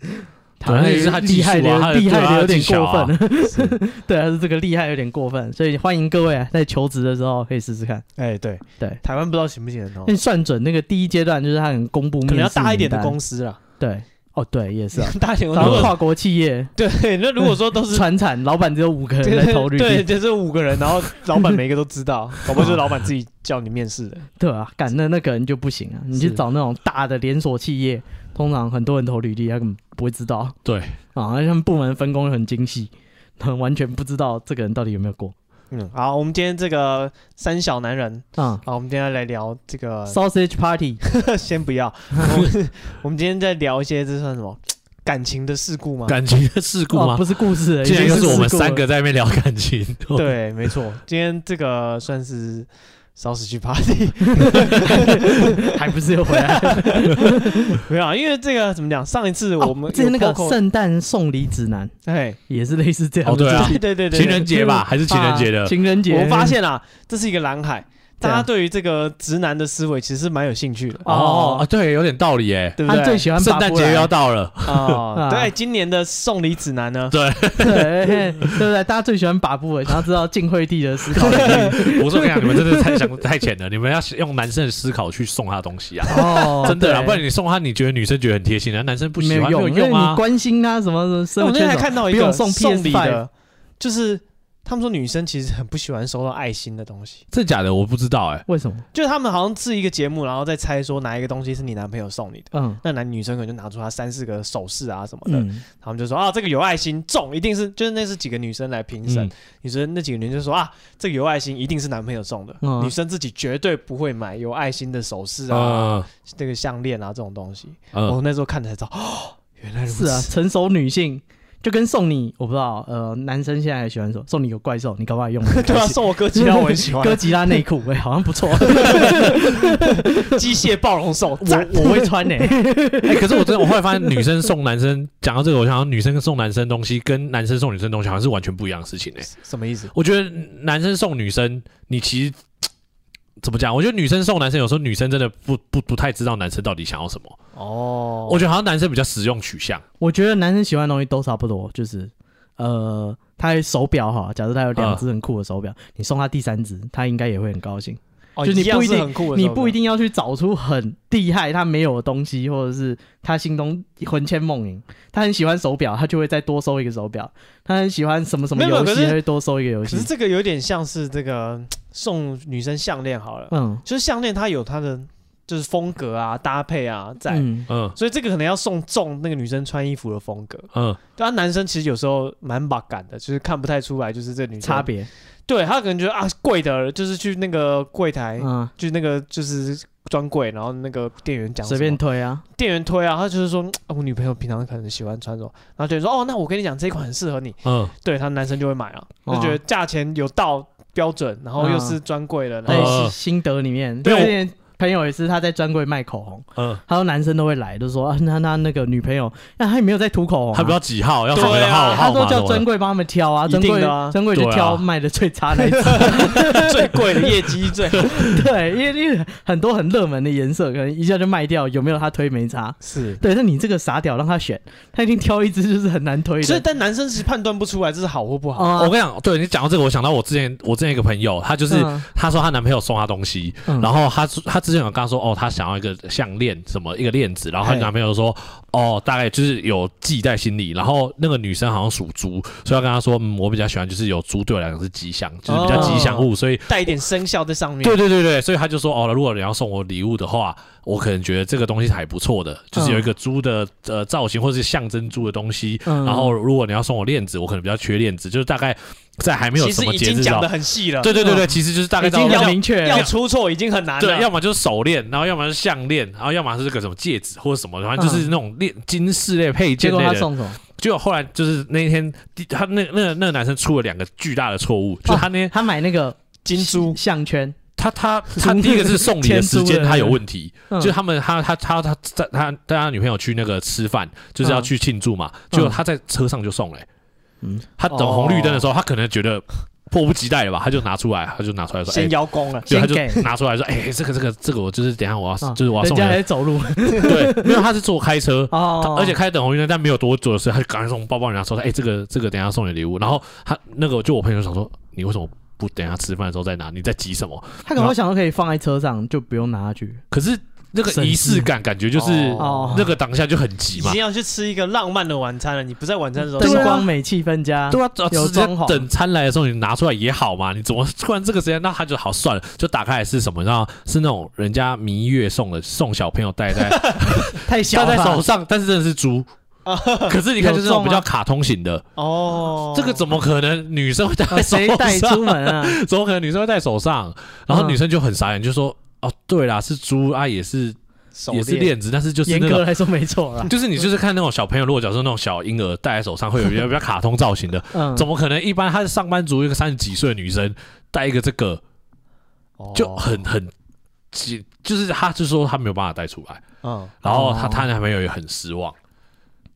Speaker 4: 对那也是他技
Speaker 3: 厉
Speaker 4: 术
Speaker 3: 害
Speaker 4: 啊他
Speaker 3: 的
Speaker 4: 的
Speaker 3: 厉害
Speaker 4: 对啊
Speaker 3: 的有点
Speaker 4: 技巧
Speaker 3: 过
Speaker 4: 啊
Speaker 3: 分，
Speaker 2: 是
Speaker 3: 对，他是这个厉害有点过分，所以欢迎各位啊，在求职的时候可以试试看。
Speaker 2: 哎，对
Speaker 3: 对
Speaker 2: 台湾不知道行不行哦
Speaker 3: 那，你算准那个第一阶段就是他可能公布
Speaker 2: 可能
Speaker 3: 面
Speaker 2: 要
Speaker 3: 试
Speaker 2: 大一点的
Speaker 3: 名单
Speaker 2: 公司啦。啊
Speaker 3: 对。哦，哦，对，也是啊，
Speaker 2: 大型
Speaker 3: 然
Speaker 2: 如
Speaker 3: 后
Speaker 2: 果
Speaker 3: 跨国企业
Speaker 2: 对，那如果说都是
Speaker 3: 传产，老板只有五个
Speaker 2: 对
Speaker 3: 人在投履
Speaker 2: 对，
Speaker 3: 历，
Speaker 2: 就是五个人，然后老板每一个都知 道，搞不好就是老板自己叫你面试的。
Speaker 3: 对啊，干那那个人就不行啊，你去
Speaker 2: 是
Speaker 3: 找那种大的连锁企业，通常很多人投履历，他根本不会知道，
Speaker 4: 对
Speaker 3: 啊，而且他们部门分工又很精细，他完全不知道这个人到底有没有过
Speaker 2: 嗯，好，我们今天这个三小男人，
Speaker 3: 啊。
Speaker 2: 好，我们今天来聊这个，
Speaker 3: Sausage Party，
Speaker 2: 先不要，我们 我们今天在聊一些这算什么感情的事故吗？
Speaker 4: 感情的事故
Speaker 3: 哦，
Speaker 4: 吗
Speaker 3: 不？是故事而已，
Speaker 4: 竟然又
Speaker 3: 已
Speaker 4: 是
Speaker 3: 经
Speaker 4: 我们
Speaker 3: 试过了
Speaker 4: 三个在那边聊感情，
Speaker 2: 对，没错，今天这个算是烧死去 party，
Speaker 3: 还不是又回来？
Speaker 2: 没有啊，因为这个怎么讲？上一次 我们
Speaker 3: 哦之前那
Speaker 2: 有
Speaker 3: 个
Speaker 2: Coco-
Speaker 3: 圣诞送礼指南
Speaker 2: 哎，
Speaker 3: 也是类似这样
Speaker 4: 哦
Speaker 3: 的啊
Speaker 4: 对啊
Speaker 2: 对对对对，
Speaker 4: 情人节吧，还是情人节的？
Speaker 3: 情人节，
Speaker 2: 我发现啦，这是一个蓝海，大
Speaker 3: 对
Speaker 2: 家
Speaker 3: 啊
Speaker 2: 对于这个直男的思维其实是蛮有兴趣的，
Speaker 4: 哦，啊对，有点道理耶。
Speaker 2: 对不
Speaker 3: 他
Speaker 2: 对？
Speaker 3: 最喜欢
Speaker 4: 圣诞节又要到了，
Speaker 2: 哦，
Speaker 3: 啊
Speaker 2: 对，今年的送礼指南呢，
Speaker 3: 对 对不对？大家最喜欢把布尔，想要知道晋惠帝的思考力。
Speaker 4: 我说跟你讲，你们真的太想太浅了，你们要用男生的思考去送他东西啊，
Speaker 3: 哦
Speaker 4: 真的啦，
Speaker 3: 对
Speaker 4: 不然你送他，你觉得女生觉得很贴心，然后男生不喜
Speaker 3: 没
Speaker 4: 欢
Speaker 3: 有因为
Speaker 4: 用
Speaker 3: 你
Speaker 4: 啊。
Speaker 3: 关心他什么什么
Speaker 2: 我
Speaker 3: 生活
Speaker 2: 那天
Speaker 3: 圈
Speaker 2: 还
Speaker 3: 什么，
Speaker 2: 看到一
Speaker 3: 不
Speaker 2: 个
Speaker 3: 用送
Speaker 2: 礼
Speaker 3: PS5
Speaker 2: 的，就是他们说女生其实很不喜欢收到爱心的东西，
Speaker 4: 真假的我不知道哎，
Speaker 3: 为什么？
Speaker 2: 就是他们好像是一个节目，然后再猜说哪一个东西是你男朋友送你的。
Speaker 3: 嗯
Speaker 2: 那男女生可能就拿出他三四个首饰啊什哦么的，
Speaker 3: 嗯，
Speaker 2: 他们就说啊这个有爱心中，一定是就是那是几个女生来评审，
Speaker 4: 嗯，
Speaker 2: 女生那几个女生就说啊这个有爱心一定是男朋友送的，
Speaker 3: 嗯
Speaker 2: 女生自己绝对不会买有爱心的首饰啊、
Speaker 4: 嗯
Speaker 2: 这个项链啊这种东西。
Speaker 4: 嗯
Speaker 2: 我那时候看才知道，哦，原来如
Speaker 3: 是
Speaker 2: 此
Speaker 3: 啊，成熟女性。就跟送你，我不知道，呃，男生现在还喜欢说送你有怪兽，你搞不好用
Speaker 2: 对啊，送我哥吉拉我很喜欢，
Speaker 3: 哥吉拉内裤，哎，好像不错，
Speaker 2: 机械暴龙兽，赞！
Speaker 3: 我我会穿欸呢、
Speaker 4: 哎，可是我真的，我后来发现女生送男生，讲到这个，我想到女生送男生东西跟男生送女生东西好像是完全不一样的事情哎。
Speaker 2: 什么意思？
Speaker 4: 我觉得男生送女生，你其实怎么讲？我觉得女生送男生，有时候女生真的不不不太知道男生到底想要什么。
Speaker 2: 哦
Speaker 4: 我觉得好像男生比较实用取向，
Speaker 3: 我觉得男生喜欢的东西都差不多，就是呃，他手表哈，假设他有两只很酷的手表，你送他第三只，他应该也会很高兴。
Speaker 2: 哦
Speaker 3: 就你
Speaker 2: 样
Speaker 3: 不一
Speaker 2: 是
Speaker 3: 定
Speaker 2: 很酷的
Speaker 3: 你
Speaker 2: 手
Speaker 3: 不一
Speaker 2: 表
Speaker 3: 定要去找出很厉害他没有的东西，或者是他心中魂牵梦萦，他很喜欢手表，他就会再多收一个手表；他很喜欢什么什么
Speaker 2: 没有
Speaker 3: 游
Speaker 2: 可
Speaker 3: 戏，
Speaker 2: 是
Speaker 3: 他会多收一个游
Speaker 2: 可
Speaker 3: 戏
Speaker 2: 是。这个有点像是这个送女生项链好了，
Speaker 3: 嗯，
Speaker 2: 就是项链它有它的就是风格啊、搭配啊在，
Speaker 3: 嗯，
Speaker 4: 嗯
Speaker 2: 所以这个可能要送中那个女生穿衣服的风格。
Speaker 4: 嗯，
Speaker 2: 对啊，男生其实有时候蛮把感的，就是看不太出来，就是这女生
Speaker 3: 差。别，
Speaker 2: 对他可能觉得啊，贵的，就是去那个柜台，
Speaker 3: 嗯，
Speaker 2: 就那个就是专柜，然后那个店员讲什
Speaker 3: 随
Speaker 2: 么
Speaker 3: 便推啊，
Speaker 2: 店员推啊，他就是说、嗯啊我女朋友平常可能喜欢穿什么，然后就说哦，那我跟你讲这一款很适合你，
Speaker 4: 嗯，
Speaker 2: 对他男生就会买啊，
Speaker 3: 哦
Speaker 2: 就觉得价钱有到标准，然后又
Speaker 3: 嗯
Speaker 2: 是专柜的，然
Speaker 3: 在
Speaker 2: 后
Speaker 4: 哦
Speaker 3: 心得里面，
Speaker 4: 对
Speaker 3: 对，
Speaker 4: 我
Speaker 3: 之前朋友也是他在专柜卖口红，
Speaker 4: 嗯，
Speaker 3: 他说男生都会来，就说啊，那那那个女朋友，那他也没有在涂口红啊、
Speaker 4: 他不知道几号，要什么
Speaker 2: 对啊
Speaker 4: 号
Speaker 3: 他
Speaker 4: 号
Speaker 3: 都
Speaker 4: 码什
Speaker 3: 叫专
Speaker 4: 么的。
Speaker 3: 柜帮他们挑啊，
Speaker 2: 一
Speaker 3: 专
Speaker 2: 定
Speaker 3: 柜
Speaker 2: 的啊
Speaker 3: 专柜就
Speaker 4: 对啊
Speaker 3: 挑卖的最差那一只，嗯
Speaker 2: 最贵的业绩最 好
Speaker 3: 对，因为因为很多很热门的颜色，可能一下就卖掉，有没有他推没差。
Speaker 2: 是。
Speaker 3: 对，那你这个傻屌让他选，他一定挑一只就是很难推
Speaker 2: 所以，
Speaker 3: 的。
Speaker 2: 但男生是判断不出来这是好或不好。
Speaker 3: 啊
Speaker 4: 我跟你讲，对你讲到这个，我想到我之前我之前一个朋友，他就是
Speaker 3: 嗯
Speaker 4: 她说她男朋友送她东西，
Speaker 3: 嗯
Speaker 4: 然后她她之前有跟她说，哦，她想要一个项链，什么一个链子，然后她
Speaker 2: 嘿
Speaker 4: 男朋友说，哦，大概就是有记在心里。然后那个女生好像属猪，所以她跟她说，嗯，我比较喜欢就是有猪对我来讲是吉祥，就是比较吉祥物，
Speaker 3: 嗯
Speaker 4: 所以
Speaker 2: 带一点生肖在上面。
Speaker 4: 对对对对，所以她就说，哦，如果你要送我礼物的话，我可能觉得这个东西是还不错的，就是有一个猪的呃造型或是象征猪的东西。
Speaker 3: 嗯
Speaker 4: 然后如果你要送我链子，我可能比较缺链子，就是大概在还没有
Speaker 2: 其
Speaker 4: 什
Speaker 2: 实
Speaker 4: 么
Speaker 2: 已
Speaker 4: 节
Speaker 2: 经
Speaker 4: 日
Speaker 2: 讲
Speaker 4: 上
Speaker 2: 的。很细了。
Speaker 4: 对对对对，其实就是大概
Speaker 3: 已
Speaker 4: 到
Speaker 3: 经
Speaker 4: 要
Speaker 3: 要明确了
Speaker 2: 要出错已经很
Speaker 3: 啊
Speaker 2: 难了。
Speaker 4: 对，要么就是手链，然后要么是项链，然后要么是这个什么戒指或者什么，反正就是那种链金饰类配
Speaker 3: 嗯结
Speaker 4: 件
Speaker 3: 果
Speaker 4: 类
Speaker 3: 他
Speaker 4: 的。
Speaker 3: 送什么？
Speaker 4: 结果后来就是那一天，第他那那那个男生出了两个巨大的错误，
Speaker 3: 啊
Speaker 4: 就他那天
Speaker 3: 他买那个
Speaker 2: 金珠
Speaker 3: 项圈，
Speaker 4: 他 他他第一个是送礼的时
Speaker 3: 天
Speaker 4: 间
Speaker 3: 珠的
Speaker 4: 他有问题，
Speaker 3: 嗯
Speaker 4: 就他们他他他他在他带他女朋友去那个吃饭，就是要去庆祝嘛，结果他在车上就送了欸
Speaker 3: 嗯哦
Speaker 4: 他等红绿灯的时候，他可能觉得迫不及待了吧，他就拿出来，他就拿出来说，哎
Speaker 2: 先，邀功了。
Speaker 4: 对，他
Speaker 3: 先
Speaker 4: 就
Speaker 3: 给
Speaker 4: 拿出来说，哎，这个这个这个我就是等一下我要
Speaker 3: 啊
Speaker 4: 就是我要
Speaker 3: 人
Speaker 4: 送
Speaker 3: 家
Speaker 4: 人
Speaker 3: 还在走路
Speaker 4: 对，没有，他是坐开车，
Speaker 3: 哦，
Speaker 4: 而且开等红绿灯，但没有多久的时候，他就赶快从包包里拿出来，哎、这个这个等一下送你礼物。然后他那个就我朋友想说，你为什么不等一下吃饭的时候再拿？你在急什么？
Speaker 3: 他可能会想说可以放在车上，就不用拿去。
Speaker 4: 可是那个仪式感，感觉就是
Speaker 3: 啊
Speaker 2: 哦
Speaker 4: 那个当下就很急
Speaker 2: 已
Speaker 4: 嘛
Speaker 3: 哦
Speaker 2: 经。要去吃一个浪漫的晚餐了，你不在晚餐的时候
Speaker 3: 灯
Speaker 4: 对啊
Speaker 3: 光美，气氛佳。
Speaker 4: 对啊，只
Speaker 3: 有
Speaker 4: 直接
Speaker 3: 装潢
Speaker 4: 等餐来的时候你拿出来也好嘛，你怎么突然这个时间，那他就好算了，就打开来是什么，然后是那种人家蜜月送的，送小朋友戴 在
Speaker 3: 太小
Speaker 4: 戴在手
Speaker 3: 了。
Speaker 4: 上，但是真的是猪。可是你看，就是
Speaker 3: 哦有中
Speaker 4: 那种
Speaker 3: 吗
Speaker 4: 比较卡通型的，
Speaker 2: 哦，
Speaker 4: 这个怎么可能女生会戴在手
Speaker 3: 啊谁带出
Speaker 4: 上？
Speaker 3: 门 啊？
Speaker 4: 怎么可能女生会戴手上？然后
Speaker 3: 嗯
Speaker 4: 女生就很傻眼，就说：“哦，对啦，是猪啊，也是
Speaker 2: 手
Speaker 4: 也是链子，但是就是
Speaker 3: 严
Speaker 4: 那
Speaker 3: 格
Speaker 4: 种，
Speaker 3: 来说没错 啦。
Speaker 4: 就是你就是看那种小朋友，如果假设那种小婴儿戴在手上，会有比较比较卡通造型的，
Speaker 3: 嗯，
Speaker 4: 怎么可能？一般她是上班族，一个三十几岁的女生戴一个这个，
Speaker 2: 哦
Speaker 3: 哦
Speaker 4: 就很很急，就是她就说她没有办法戴出来，
Speaker 2: 嗯
Speaker 4: 然后她
Speaker 3: 哦
Speaker 4: 她男朋友也很失望，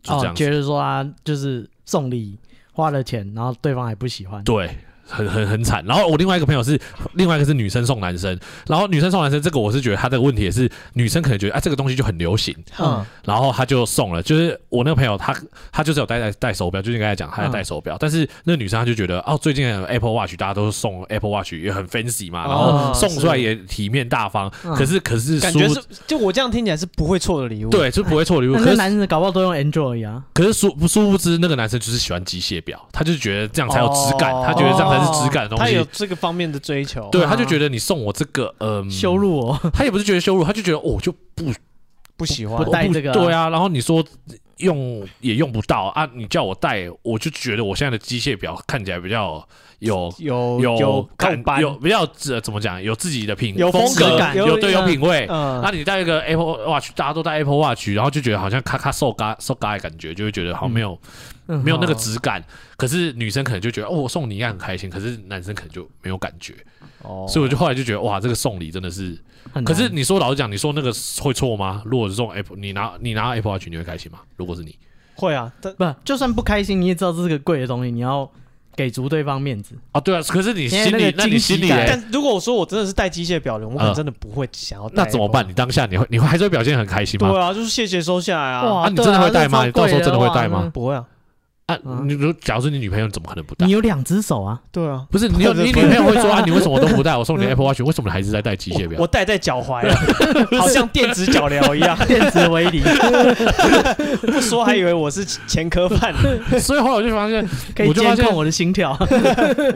Speaker 4: 就这
Speaker 3: 哦
Speaker 4: 样，
Speaker 3: 觉
Speaker 4: 子，
Speaker 3: 得说他就是送礼花了钱，然后对方还不喜欢。
Speaker 4: 对。很很很惨，然后我另外一个朋友是，另外一个是女生送男生，然后女生送男生这个我是觉得啊她这个问题也是女生可能觉得啊这个东西就很流行，
Speaker 2: 嗯
Speaker 4: 然后他就送了，就是我那个朋友他，他就是有戴戴戴手表，就应该讲他在戴手
Speaker 2: 嗯
Speaker 4: 表，但是那个女生她就觉得哦，最近有 Apple Watch 大家都送 Apple Watch 也很 fancy 嘛，然
Speaker 2: 哦
Speaker 4: 后送出来也体面大方，
Speaker 3: 嗯
Speaker 4: 可是可是
Speaker 2: 感
Speaker 4: 殊
Speaker 2: 觉是就我这样听起来是不会错的礼物，
Speaker 4: 对就不会错礼物，
Speaker 3: 那
Speaker 4: 可
Speaker 3: 那
Speaker 4: 是
Speaker 3: 男人搞不好都用 Android 啊。
Speaker 4: 可是殊殊不知那个男生就是喜欢机械表，他就觉得这样才有质感，他觉得这样才是质感的
Speaker 2: 哦
Speaker 4: 东
Speaker 2: 他
Speaker 4: 西。
Speaker 2: 有这个方面的追求，
Speaker 4: 对，
Speaker 3: 啊
Speaker 4: 他就觉得你送我这个，嗯，
Speaker 3: 羞，辱我，
Speaker 4: 他也不是觉得羞辱，他就觉得哦我就不
Speaker 2: 不喜欢
Speaker 3: 不
Speaker 4: 我
Speaker 3: 戴
Speaker 4: 不
Speaker 3: 这个啊
Speaker 4: 对啊，然后你说用也用不到啊，你叫我戴，我就觉得我现在的机械表看起来比较有
Speaker 2: 有
Speaker 4: 有
Speaker 2: 有
Speaker 4: 感
Speaker 2: 看班
Speaker 4: 有比较呃怎么讲，有自己的品
Speaker 2: 有
Speaker 4: 风
Speaker 2: 风格
Speaker 4: 格，
Speaker 2: 感
Speaker 4: 有
Speaker 2: 有
Speaker 4: 对
Speaker 2: 有
Speaker 4: 有品味。
Speaker 2: 嗯
Speaker 4: 那你戴一个 Apple Watch，大家都戴 Apple Watch，然后就觉得好像咔咔瘦嘎瘦嘎的感觉，就会觉得好像没有
Speaker 3: 嗯
Speaker 4: 没有那个质感。可是女生可能就觉得哦，我送你应该很开心，可是男生可能就没有感觉。
Speaker 2: 哦
Speaker 4: 所以我就后来就觉得哇，这个送礼真的是
Speaker 3: 很难
Speaker 4: 可是你说老实讲，你说那个会错吗？如果是送 Apple，你拿你拿 Apple Watch，你会开心吗？如果是你，
Speaker 2: 会啊，但
Speaker 3: 不，就算不开心，你也知道这是个贵的东西，你要给足对方面子。
Speaker 4: 啊，对啊，可是你
Speaker 3: 因为
Speaker 4: 心
Speaker 3: 那
Speaker 4: 里
Speaker 3: 个，
Speaker 4: 那你
Speaker 3: 惊喜
Speaker 4: 心里、
Speaker 3: 感
Speaker 4: 欸，
Speaker 2: 但如果我说我真的是戴机械表的人，我可能真的不会想要戴，
Speaker 4: 嗯那怎么办？？你当下你会你会还是会表现很开心吗？
Speaker 2: 对啊，就是谢谢收下来啊，
Speaker 4: 啊你真的会戴吗你到时候真的会
Speaker 3: 对啊这超贵
Speaker 4: 戴吗？
Speaker 3: 的哇
Speaker 2: 不会啊，
Speaker 4: 啊，你如假如是你女朋友，你怎么可能不
Speaker 3: 那
Speaker 4: 戴
Speaker 3: 你？有两只手啊，
Speaker 2: 对啊，
Speaker 4: 不是你有你女朋友会说啊，你为什么都不戴？我送你 Apple Watch，为什么你还是在戴机械
Speaker 2: 我
Speaker 4: 表？
Speaker 2: 我戴在脚踝 啊，好像电子脚镣一样，
Speaker 3: 电子围篱
Speaker 2: 不说还以为我是前科犯，
Speaker 4: 所以后来我就发现，
Speaker 3: 可以
Speaker 4: 我就发
Speaker 3: 监
Speaker 4: 现
Speaker 3: 控我的心 跳。啊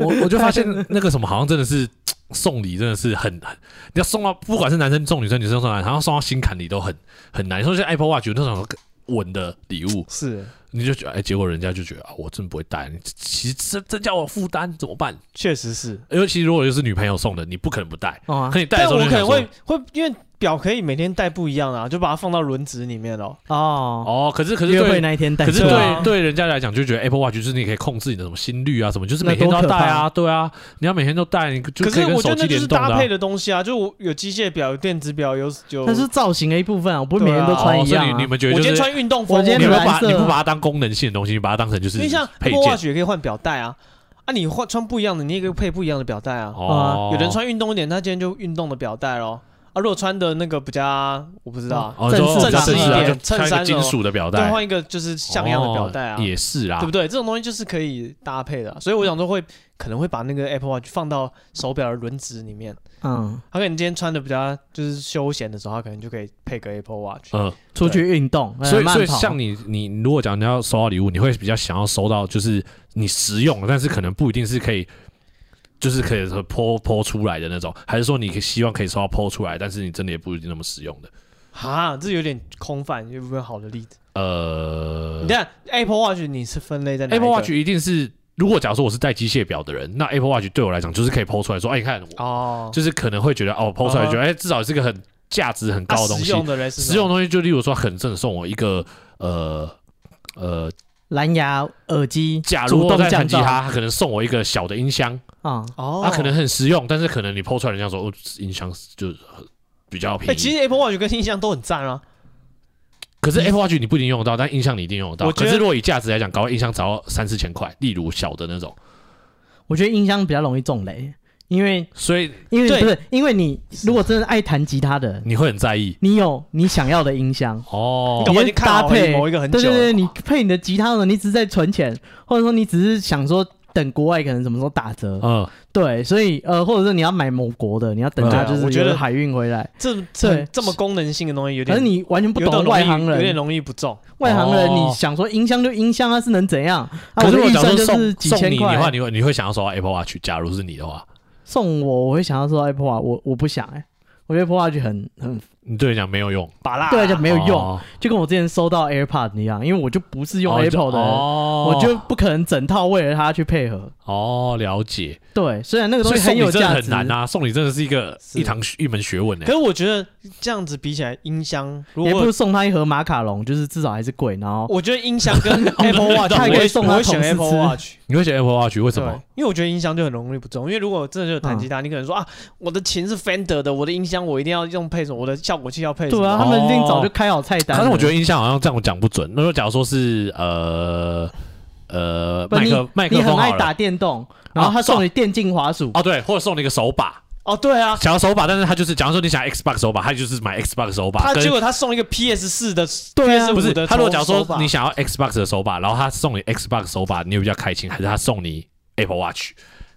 Speaker 4: 我我 就发现那个什么，好像真的是送礼真的是很很，你要送到不管是男生送女生，女生送男生，然后送到心坎里都很很难。说像 Apple Watch 有那种稳的礼物，
Speaker 2: 是
Speaker 4: 你就觉得哎、结果人家就觉得啊，我真不会戴，你其实这这叫我负担怎么办？
Speaker 2: 确实是，
Speaker 4: 尤其如果又是女朋友送的，你不可能不戴，
Speaker 3: 哦啊
Speaker 4: 可你戴的
Speaker 2: 但
Speaker 4: 时
Speaker 2: 我
Speaker 4: 候就
Speaker 2: 可
Speaker 4: 想
Speaker 2: 能
Speaker 4: 说
Speaker 2: 会会因为表可以每天戴不一样啊，就把它放到轮值里面咯。
Speaker 3: 哦，
Speaker 4: 哦，可是可是
Speaker 3: 约会
Speaker 4: 对。
Speaker 3: 那一天戴
Speaker 4: 可
Speaker 3: 出
Speaker 4: 是
Speaker 3: 来。
Speaker 4: 对、
Speaker 2: 啊
Speaker 4: 对人家来讲，就觉得 Apple Watch 就是你可以控制你的什么心率啊，什么，就是
Speaker 3: 那
Speaker 4: 每天都
Speaker 3: 多
Speaker 4: 要
Speaker 3: 可
Speaker 4: 戴
Speaker 3: 怕
Speaker 4: 啊，对啊，你要每天都戴，你就
Speaker 2: 可
Speaker 4: 以
Speaker 2: 是
Speaker 4: 跟
Speaker 2: 我觉
Speaker 4: 手
Speaker 2: 得那
Speaker 4: 机
Speaker 2: 就
Speaker 4: 联
Speaker 2: 是
Speaker 4: 动的、
Speaker 2: 搭
Speaker 4: 啊
Speaker 2: 配。的东西啊，就我有机械表、有电子表，有有。
Speaker 3: 那是造型的一部分啊，我不是每天都穿
Speaker 4: 哦
Speaker 3: 一
Speaker 4: 所以
Speaker 3: 样啊。
Speaker 4: 你你们觉
Speaker 2: 我
Speaker 4: 得
Speaker 2: 今天
Speaker 4: 就是
Speaker 2: 穿运动
Speaker 3: 我
Speaker 2: 风，
Speaker 3: 今天
Speaker 4: 你不
Speaker 3: 穿
Speaker 4: 把
Speaker 3: 蓝色
Speaker 4: 你不把它当功能性的东西，你把它当成就是
Speaker 2: 因为像
Speaker 4: 配
Speaker 2: Apple
Speaker 4: 件
Speaker 2: Watch 也可以换表带啊，啊，你换穿不一样的，你也可以配不一样的表带啊。
Speaker 4: 哦。
Speaker 2: 有人穿运动一点，他今天就运动的表带咯。啊，如果穿的那个比较，我不知道啊，
Speaker 4: 哦，你说
Speaker 3: 正式
Speaker 4: 正式
Speaker 3: 一
Speaker 4: 啊，
Speaker 3: 点
Speaker 4: 就
Speaker 2: 衬
Speaker 4: 穿一个
Speaker 2: 衫
Speaker 4: 金
Speaker 2: 哦
Speaker 4: 属的表
Speaker 2: 再
Speaker 4: 带，
Speaker 2: 换一个就是像样的表带啊
Speaker 4: 哦，也是啦
Speaker 2: 对不。对？这种东西就是可以搭配的啊、所以我想说会可能会把那个 Apple Watch 放到手表的轮值里面。
Speaker 3: 嗯，
Speaker 2: 他可能今天穿的比较就是休闲的时候，他可能就可以配个 Apple Watch。
Speaker 4: 嗯，
Speaker 3: 出去运动，呃
Speaker 4: 所以所以像
Speaker 3: 像
Speaker 4: 你你如果讲你要收到礼物，你会比较想要收到就是你实用，但是可能不一定是可以，就是可以说剖剖出来的那种，还是说你希望可以收到剖出来，但是你真的也不一定那么实用的。
Speaker 2: 哈，这有点空泛，有没有好的例子？
Speaker 4: 呃
Speaker 2: 你看 Apple Watch 你是分类在哪一个
Speaker 4: ，Apple Watch 一定是，如果假如说我是戴机械表的人，那 Apple Watch 对我来讲就是可以剖出来说，哎，你看我
Speaker 2: 哦，
Speaker 4: 就是可能会觉得哦，抛出来
Speaker 2: 嗯哼
Speaker 4: 觉得哎、至少是个很价值很
Speaker 2: 啊
Speaker 4: 高的东
Speaker 2: 实
Speaker 4: 西。
Speaker 2: 用的嘞，是什么
Speaker 4: 实用的东西就例如说，很正送我一个呃呃，
Speaker 3: 蓝牙耳机，
Speaker 4: 假如
Speaker 3: 主
Speaker 4: 都
Speaker 3: 动
Speaker 4: 在
Speaker 3: 降
Speaker 4: 弹吉
Speaker 3: 噪
Speaker 4: 他，他可能送我一个小的音箱，
Speaker 3: 啊，
Speaker 2: 哦，
Speaker 4: 它、可能很实用，但是可能你抛出来人家说哦，音箱就呃比较
Speaker 2: 哎、
Speaker 4: 便宜。
Speaker 2: 其实 Apple Watch 跟音箱都很赞啊，
Speaker 4: 可是 Apple Watch 你不一定用得到，但音箱你一定用得到。
Speaker 2: 我觉
Speaker 4: 可
Speaker 2: 得
Speaker 4: 是如果以价值来讲，搞到音箱只要三四千块，例如小的那种，
Speaker 3: 我觉得音箱比较容易中雷，因为
Speaker 4: 所以
Speaker 3: 因为
Speaker 2: 对
Speaker 3: 不是因为你如果真的爱弹吉他的，
Speaker 4: 你会很在意
Speaker 3: 你有你想要的音箱，
Speaker 4: 哦
Speaker 2: 你搞。不好已经
Speaker 3: 你就
Speaker 2: 看
Speaker 3: 搭
Speaker 2: 好
Speaker 3: 配
Speaker 2: 某一个很久
Speaker 3: 对
Speaker 2: 了
Speaker 3: 对对，你配你的吉他呢，你只是在存钱，或者说你只是想说等国外可能什么时候打折，
Speaker 2: 哦
Speaker 4: 嗯，
Speaker 3: 对，所以呃，或者是你要买某国的，你要等它
Speaker 2: 嗯
Speaker 3: 就是
Speaker 2: 我觉得
Speaker 3: 有海运回来，
Speaker 2: 这这
Speaker 3: 对
Speaker 2: 这么功能性的东西有
Speaker 3: 可
Speaker 2: 点，
Speaker 3: 是你完全不
Speaker 2: 有点
Speaker 3: 懂
Speaker 2: 容易
Speaker 3: 外行
Speaker 2: 有点
Speaker 3: 人，
Speaker 2: 容易不中。
Speaker 3: 外行人
Speaker 4: 哦
Speaker 3: 你想说音箱就音箱啊，是能怎样？啊
Speaker 4: 可是
Speaker 3: 我的
Speaker 4: 我
Speaker 3: 预
Speaker 4: 假
Speaker 3: 算
Speaker 4: 如
Speaker 3: 就是
Speaker 4: 说送
Speaker 3: 几
Speaker 4: 送
Speaker 3: 千
Speaker 4: 你的话，
Speaker 3: 块，
Speaker 4: 你会你会想要收到 Apple Watch。假如是你的话，
Speaker 3: 送我我会想要说 Apple Watch，我我不想哎、我觉得 Apple Watch 很很
Speaker 4: 你对你讲没有用，
Speaker 2: 把啦，
Speaker 3: 对，就没有用，
Speaker 4: 哦
Speaker 3: 就跟我之前收到 AirPod 一样，因为我就不是用
Speaker 4: 哦你就
Speaker 3: Apple 的人，
Speaker 4: 哦
Speaker 3: 我就不可能整套为了它去配合。
Speaker 4: 哦了解。
Speaker 3: 对，虽然那个东
Speaker 4: 所以
Speaker 3: 西
Speaker 4: 送
Speaker 3: 很
Speaker 4: 礼
Speaker 3: 有
Speaker 4: 真的
Speaker 3: 价值，
Speaker 4: 很难啊，送礼真的是一个
Speaker 2: 是
Speaker 4: 一堂学一门学问呢欸
Speaker 2: 可。是我觉得这样子比起来，音箱如
Speaker 3: 也不
Speaker 2: 果
Speaker 3: 如送他一盒马卡龙，就是至少还是贵。然后
Speaker 2: 我觉得音箱 跟 Apple
Speaker 4: 那
Speaker 2: Watch，
Speaker 3: 他也
Speaker 2: 我
Speaker 3: 可
Speaker 2: 会
Speaker 3: 以送
Speaker 2: 我
Speaker 3: 他
Speaker 2: 会选
Speaker 3: 同事
Speaker 2: Apple
Speaker 3: 吃
Speaker 2: Watch，
Speaker 4: 你会选 Apple Watch 为什
Speaker 2: 对
Speaker 4: 么？，
Speaker 2: 因为我觉得音箱就很容易不中。因为如果真的就是弹
Speaker 3: 嗯
Speaker 2: 吉他，你可能说啊，我的琴是 Fender 的，我的音箱我一定要用配什么，我的效果器要配什么。
Speaker 3: 对啊，
Speaker 4: 哦
Speaker 3: 他们一定早就开好菜单了。
Speaker 4: 但是我觉得音箱好像这样我讲不准。那如果假如说是呃呃
Speaker 3: 不
Speaker 4: 麦
Speaker 3: 你
Speaker 4: 克麦克
Speaker 3: 你很
Speaker 4: 风
Speaker 3: 爱
Speaker 4: 好
Speaker 3: 打
Speaker 4: 了，
Speaker 3: 电动，然后他送你电竞滑鼠，
Speaker 4: 哦对，或者送你一个手把，
Speaker 2: 哦，对啊，
Speaker 4: 想要手把，但是他就是假如说你想要 Xbox 手把，他就是买 Xbox 手把。
Speaker 2: 他
Speaker 4: 跟
Speaker 2: 结果他送一个 PS 四的，
Speaker 3: 对啊
Speaker 2: PS
Speaker 4: 不是
Speaker 2: 五的，
Speaker 4: 他如果假如
Speaker 2: 手
Speaker 4: 说
Speaker 2: 把
Speaker 4: 你想要 Xbox 的手把，然后他送你 Xbox 手把，你会比较开心，还是他送你 Apple Watch？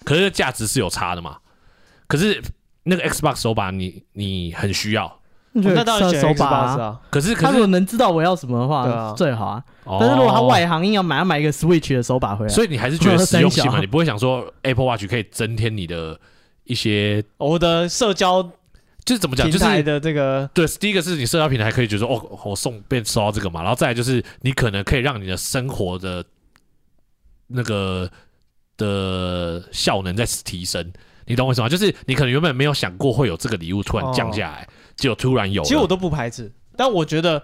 Speaker 4: 可是价值是有差的嘛？可是那个 Xbox 手把你你很需要，
Speaker 3: 你觉
Speaker 2: 哦那
Speaker 3: 得
Speaker 2: 当然选
Speaker 3: 手把
Speaker 2: Xbox
Speaker 3: 啊。
Speaker 2: 啊，
Speaker 4: 可是
Speaker 3: 他
Speaker 4: 可
Speaker 3: 如果
Speaker 4: 是，
Speaker 3: 能知道我要什么的
Speaker 2: 对啊
Speaker 3: 话，最好啊。
Speaker 4: 哦
Speaker 3: 但是如果他外行硬要买，要买一个 Switch 的手把回来，
Speaker 4: 所以你还是觉得实用性
Speaker 3: 三
Speaker 4: 嘛？
Speaker 3: 小
Speaker 4: 你不会想说 Apple Watch 可以增添你的一些，
Speaker 2: 哦我的社交
Speaker 4: 就是怎么讲，
Speaker 2: 平
Speaker 4: 就是
Speaker 2: 台的这个
Speaker 4: 对，第一个是你社交平台可以觉得说哦，我送被收到这个嘛，然后再来就是你可能可以让你的生活的那个的效能在提升，你懂我意思吗？就是你可能原本没有想过会有这个礼物突然降下来，结果突然有了。
Speaker 2: 哦其实我都不排斥，但我觉得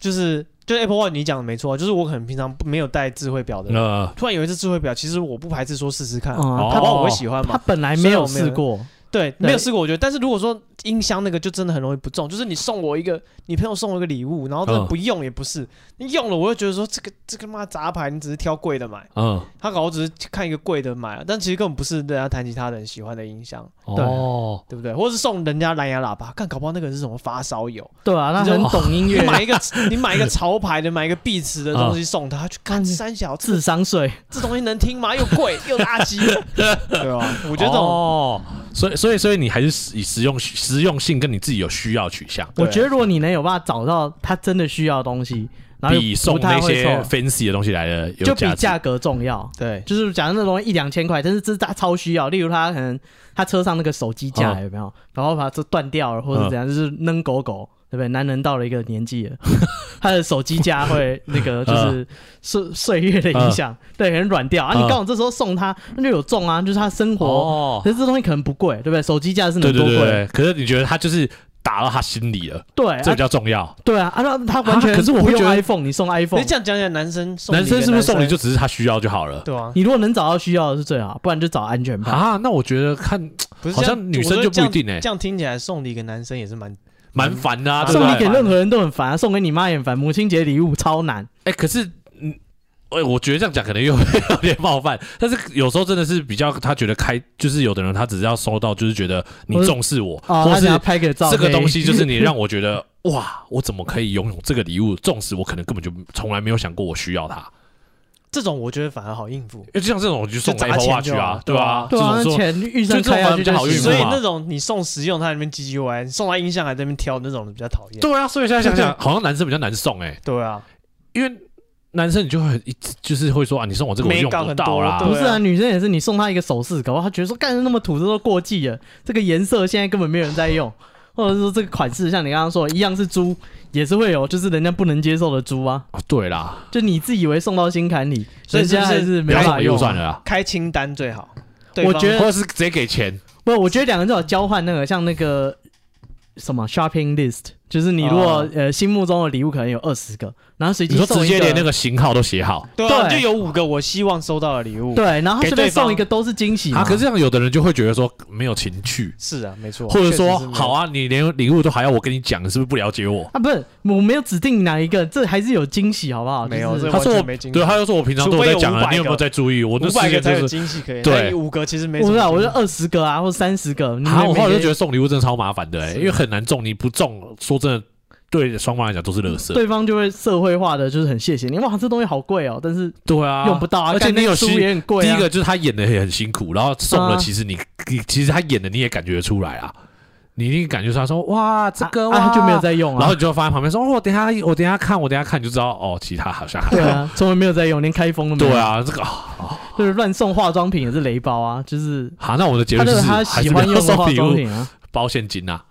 Speaker 2: 就是就是 Apple Watch 你讲的没错啊，就是我可能平常不没有带智慧表的人，
Speaker 4: 呃，
Speaker 2: 突然有一只智慧表，其实我不排斥说试试看啊，
Speaker 3: 嗯
Speaker 2: 搞
Speaker 4: 他
Speaker 2: 不好我会喜欢
Speaker 3: 他
Speaker 2: 嘛。
Speaker 3: 本来没有试过，
Speaker 2: 对，没有试过，我觉得。但是如果说音箱那个就真的很容易不中，就是你送我一个，你朋友送我一个礼物，然后真的
Speaker 4: 嗯
Speaker 2: 不用也不是，你用了我就觉得说这个这个妈杂牌，你只是挑贵的买，
Speaker 4: 嗯，
Speaker 2: 他搞我只是看一个贵的买啊，但其实根本不是人家弹吉他的人喜欢的音箱，
Speaker 4: 哦，
Speaker 2: 对不对？或者是送人家蓝牙喇叭，看搞不好那个人是什么发烧友，
Speaker 3: 对啊，他很懂音
Speaker 2: 你
Speaker 3: 乐，
Speaker 2: 买一个，你买一个潮牌的，买一个壁纸的
Speaker 4: 啊
Speaker 2: 东西送他，他去
Speaker 4: 嗯
Speaker 2: 看三小，这
Speaker 3: 智商税。
Speaker 2: 这东西能听吗？又 贵又垃圾，对吧？我觉得这种
Speaker 4: 哦，所以所以所以你还是以实用实用性跟你自己有需要取向，
Speaker 2: 对
Speaker 3: 我觉得如果你能有办法找到他真的需要的东西，然后
Speaker 4: 比
Speaker 3: 又
Speaker 4: 送
Speaker 3: 不太
Speaker 4: 那
Speaker 3: 会
Speaker 4: 些
Speaker 3: 错，
Speaker 4: fancy 的东西来的有
Speaker 3: 就比
Speaker 4: 价值。
Speaker 3: 价格重要。
Speaker 2: 对
Speaker 3: 就是假如那东西一两千块，但是这是他超需要，例如他可能他车上那个手机架
Speaker 4: 嗯
Speaker 3: 有没有，然后把这断掉了，或者是怎样，就是扔狗狗，对不对？男人到了一个年纪了， 他的手机架会那个就是岁岁月的影响，对，很软掉啊。你
Speaker 4: 嗯嗯
Speaker 3: 刚好这时候送他，那就有中啊，就是他生活。
Speaker 4: 哦，
Speaker 3: 可是这东西可能不贵，对不对？手机架是
Speaker 4: 对
Speaker 3: 能
Speaker 4: 对
Speaker 3: 多
Speaker 4: 对
Speaker 3: 贵？
Speaker 4: 对，可是你觉得他就是打到他心里了，
Speaker 3: 对，
Speaker 2: 哎
Speaker 4: 这
Speaker 3: 啊
Speaker 4: 比较重要。
Speaker 3: 对啊，啊，那他完全
Speaker 4: 啊可是我会
Speaker 3: 不用
Speaker 4: 觉得
Speaker 3: iPhone，你送 iPhone，
Speaker 2: 你这样讲起来，男生送
Speaker 4: 男生是不是送
Speaker 2: 礼
Speaker 4: 礼
Speaker 2: 给
Speaker 4: 就只是他需要就好了？
Speaker 2: 对啊？
Speaker 3: 你如果能找到需要的是最好，不然就找安全牌。
Speaker 4: 啊，那我觉得看
Speaker 2: 不是
Speaker 4: 好
Speaker 2: 这样，
Speaker 4: 像女生就不一定哎
Speaker 2: 我觉得这样这，样听起来，送礼给男生也是蛮
Speaker 4: 蛮烦的啊，对
Speaker 3: 送
Speaker 4: 不
Speaker 3: 礼给
Speaker 4: 对？
Speaker 3: 任何人都很烦、啊，送给你妈也很烦。母亲节礼物超难，
Speaker 4: 哎，可是嗯，哎，我觉得这样讲可能又有点冒犯，但是有时候真的是比较他觉得开，就是有的人他只是要收到，就是觉得你重视我，
Speaker 3: 哦，
Speaker 4: 或
Speaker 3: 他
Speaker 4: 是
Speaker 3: 想要拍个照，
Speaker 4: 这个东西就是你让我觉 得哇，我怎么可以拥有这个礼物？纵使我可能根本就从来没有想过我需要它，
Speaker 2: 这种，我觉得反而好应付。
Speaker 4: 因为像这种我就送
Speaker 2: 就砸
Speaker 4: Apple
Speaker 2: 钱
Speaker 4: Watch
Speaker 2: 就好
Speaker 4: 啊，
Speaker 2: 对啊
Speaker 4: 吧？这
Speaker 3: 对啊，
Speaker 4: 种
Speaker 3: 那
Speaker 4: 说
Speaker 3: 钱预算
Speaker 4: 就这种
Speaker 3: 开下去就
Speaker 4: 比较好运
Speaker 3: 行
Speaker 4: 付
Speaker 2: 所
Speaker 4: 嘛
Speaker 2: 以那种你送实用，他在那边唧唧歪，你送他音箱还在那边挑，那种的比较讨厌。
Speaker 4: 对啊，所以现在想想，好像男生比较难送哎，
Speaker 2: 对啊，
Speaker 4: 因为男生你就会很一直就是会说啊，你送我这个我
Speaker 2: 没
Speaker 4: 用
Speaker 2: 搞
Speaker 4: 不
Speaker 2: 很
Speaker 4: 到
Speaker 2: 多
Speaker 4: 啦，
Speaker 2: 对
Speaker 3: 不是
Speaker 2: 啊
Speaker 3: 啊，女生也是，你送她一个首饰，搞不好她觉得说干那么土，这都过季了，这个颜色现在根本没有人在用，或者是说这个款式，像你刚刚说的一样是猪，也是会有就是人家不能接受的猪啊，
Speaker 4: 啊对啦，
Speaker 3: 就你自以为送到心坎里，
Speaker 2: 所以
Speaker 3: 人家
Speaker 2: 是不
Speaker 3: 还
Speaker 2: 是
Speaker 3: 是
Speaker 4: 不
Speaker 3: 没
Speaker 4: 要
Speaker 3: 办
Speaker 4: 送
Speaker 3: 法
Speaker 4: 礼
Speaker 3: 用
Speaker 4: 物
Speaker 3: 啊、
Speaker 4: 算了啦，
Speaker 2: 开清单最好。对
Speaker 3: 我
Speaker 2: 方
Speaker 3: 觉
Speaker 4: 或
Speaker 3: 得
Speaker 4: 者是直接给钱
Speaker 3: 不，我觉得两个最好交换那个，像那个什么 shopping list，就是你如果、
Speaker 2: 哦
Speaker 3: 呃心目中的礼物可能有二十个，然后随
Speaker 4: 你
Speaker 3: 机
Speaker 4: 说
Speaker 3: 送
Speaker 4: 直
Speaker 3: 一
Speaker 4: 接
Speaker 3: 个
Speaker 4: 连那个型号都写好
Speaker 2: 对啊，就
Speaker 3: 对
Speaker 2: 有五个我希望收到的礼物。
Speaker 3: 对，然后
Speaker 2: 给
Speaker 3: 随便
Speaker 2: 对方
Speaker 3: 送一个都是惊喜嘛
Speaker 4: 啊，可是这样有的人就会觉得说没有情趣，
Speaker 2: 是啊，没错。
Speaker 4: 或者
Speaker 2: 确
Speaker 4: 说
Speaker 2: 实是没有
Speaker 4: 好，啊，你连礼物都还要我跟你讲，你是不是不了解我？
Speaker 3: 啊，不是我没有指定哪一个，这还是有惊喜好不好？
Speaker 2: 没有
Speaker 3: 就是
Speaker 2: 这
Speaker 4: 他
Speaker 2: 完
Speaker 4: 说
Speaker 2: 全
Speaker 4: 我
Speaker 2: 没经
Speaker 4: 对，他又说我平常都有在讲
Speaker 2: 除非有500个
Speaker 4: 啊，你有没有在注意？我那
Speaker 2: 五百
Speaker 4: 事
Speaker 2: 个
Speaker 4: 情
Speaker 2: 才有
Speaker 4: 就是。
Speaker 2: 惊喜可以。
Speaker 4: 对
Speaker 2: 那你五个其实没
Speaker 3: 我
Speaker 2: 什
Speaker 3: 不
Speaker 2: 么
Speaker 3: 知
Speaker 2: 惊喜。
Speaker 3: 道，我就二十个啊，或三十个，你
Speaker 4: 啊，我后来就觉
Speaker 3: 得
Speaker 4: 得送礼物真的超麻烦的、欸，因为很难中，你不中，说真的，对双方来讲都是垃圾。
Speaker 3: 对方就会社会化的，就是很谢谢你，哇，这东西好贵哦，但是
Speaker 4: 对啊，
Speaker 3: 用不到啊，
Speaker 4: 而且
Speaker 3: 干那
Speaker 4: 你有
Speaker 3: 书
Speaker 4: 心
Speaker 3: 也很贵
Speaker 4: 第
Speaker 3: 啊。
Speaker 4: 一个就是他演的也很辛苦，然后送了，
Speaker 3: 啊
Speaker 4: 其实你、你其实他演的你也感觉得出来啊，你一定感觉出来说哇这个
Speaker 3: 啊啊
Speaker 4: 哇
Speaker 3: 他就没有在用啊，
Speaker 4: 然后你就发现旁边说哦我等一下我等一下看我等一下看你就知道哦，其他 好像 还好
Speaker 3: 对啊，从来没有在用，连开封都没有。
Speaker 4: 对，啊，这个啊
Speaker 3: 就是乱送化妆品也是雷包啊，就是
Speaker 4: 好，那我的结
Speaker 3: 他
Speaker 4: 论就
Speaker 3: 的
Speaker 4: 是
Speaker 3: 他
Speaker 4: 还
Speaker 3: 喜
Speaker 4: 是不
Speaker 3: 欢
Speaker 4: 要
Speaker 3: 用的
Speaker 4: 送
Speaker 3: 化
Speaker 4: 礼
Speaker 3: 妆
Speaker 4: 物
Speaker 3: 品啊，
Speaker 4: 包现金呐、啊，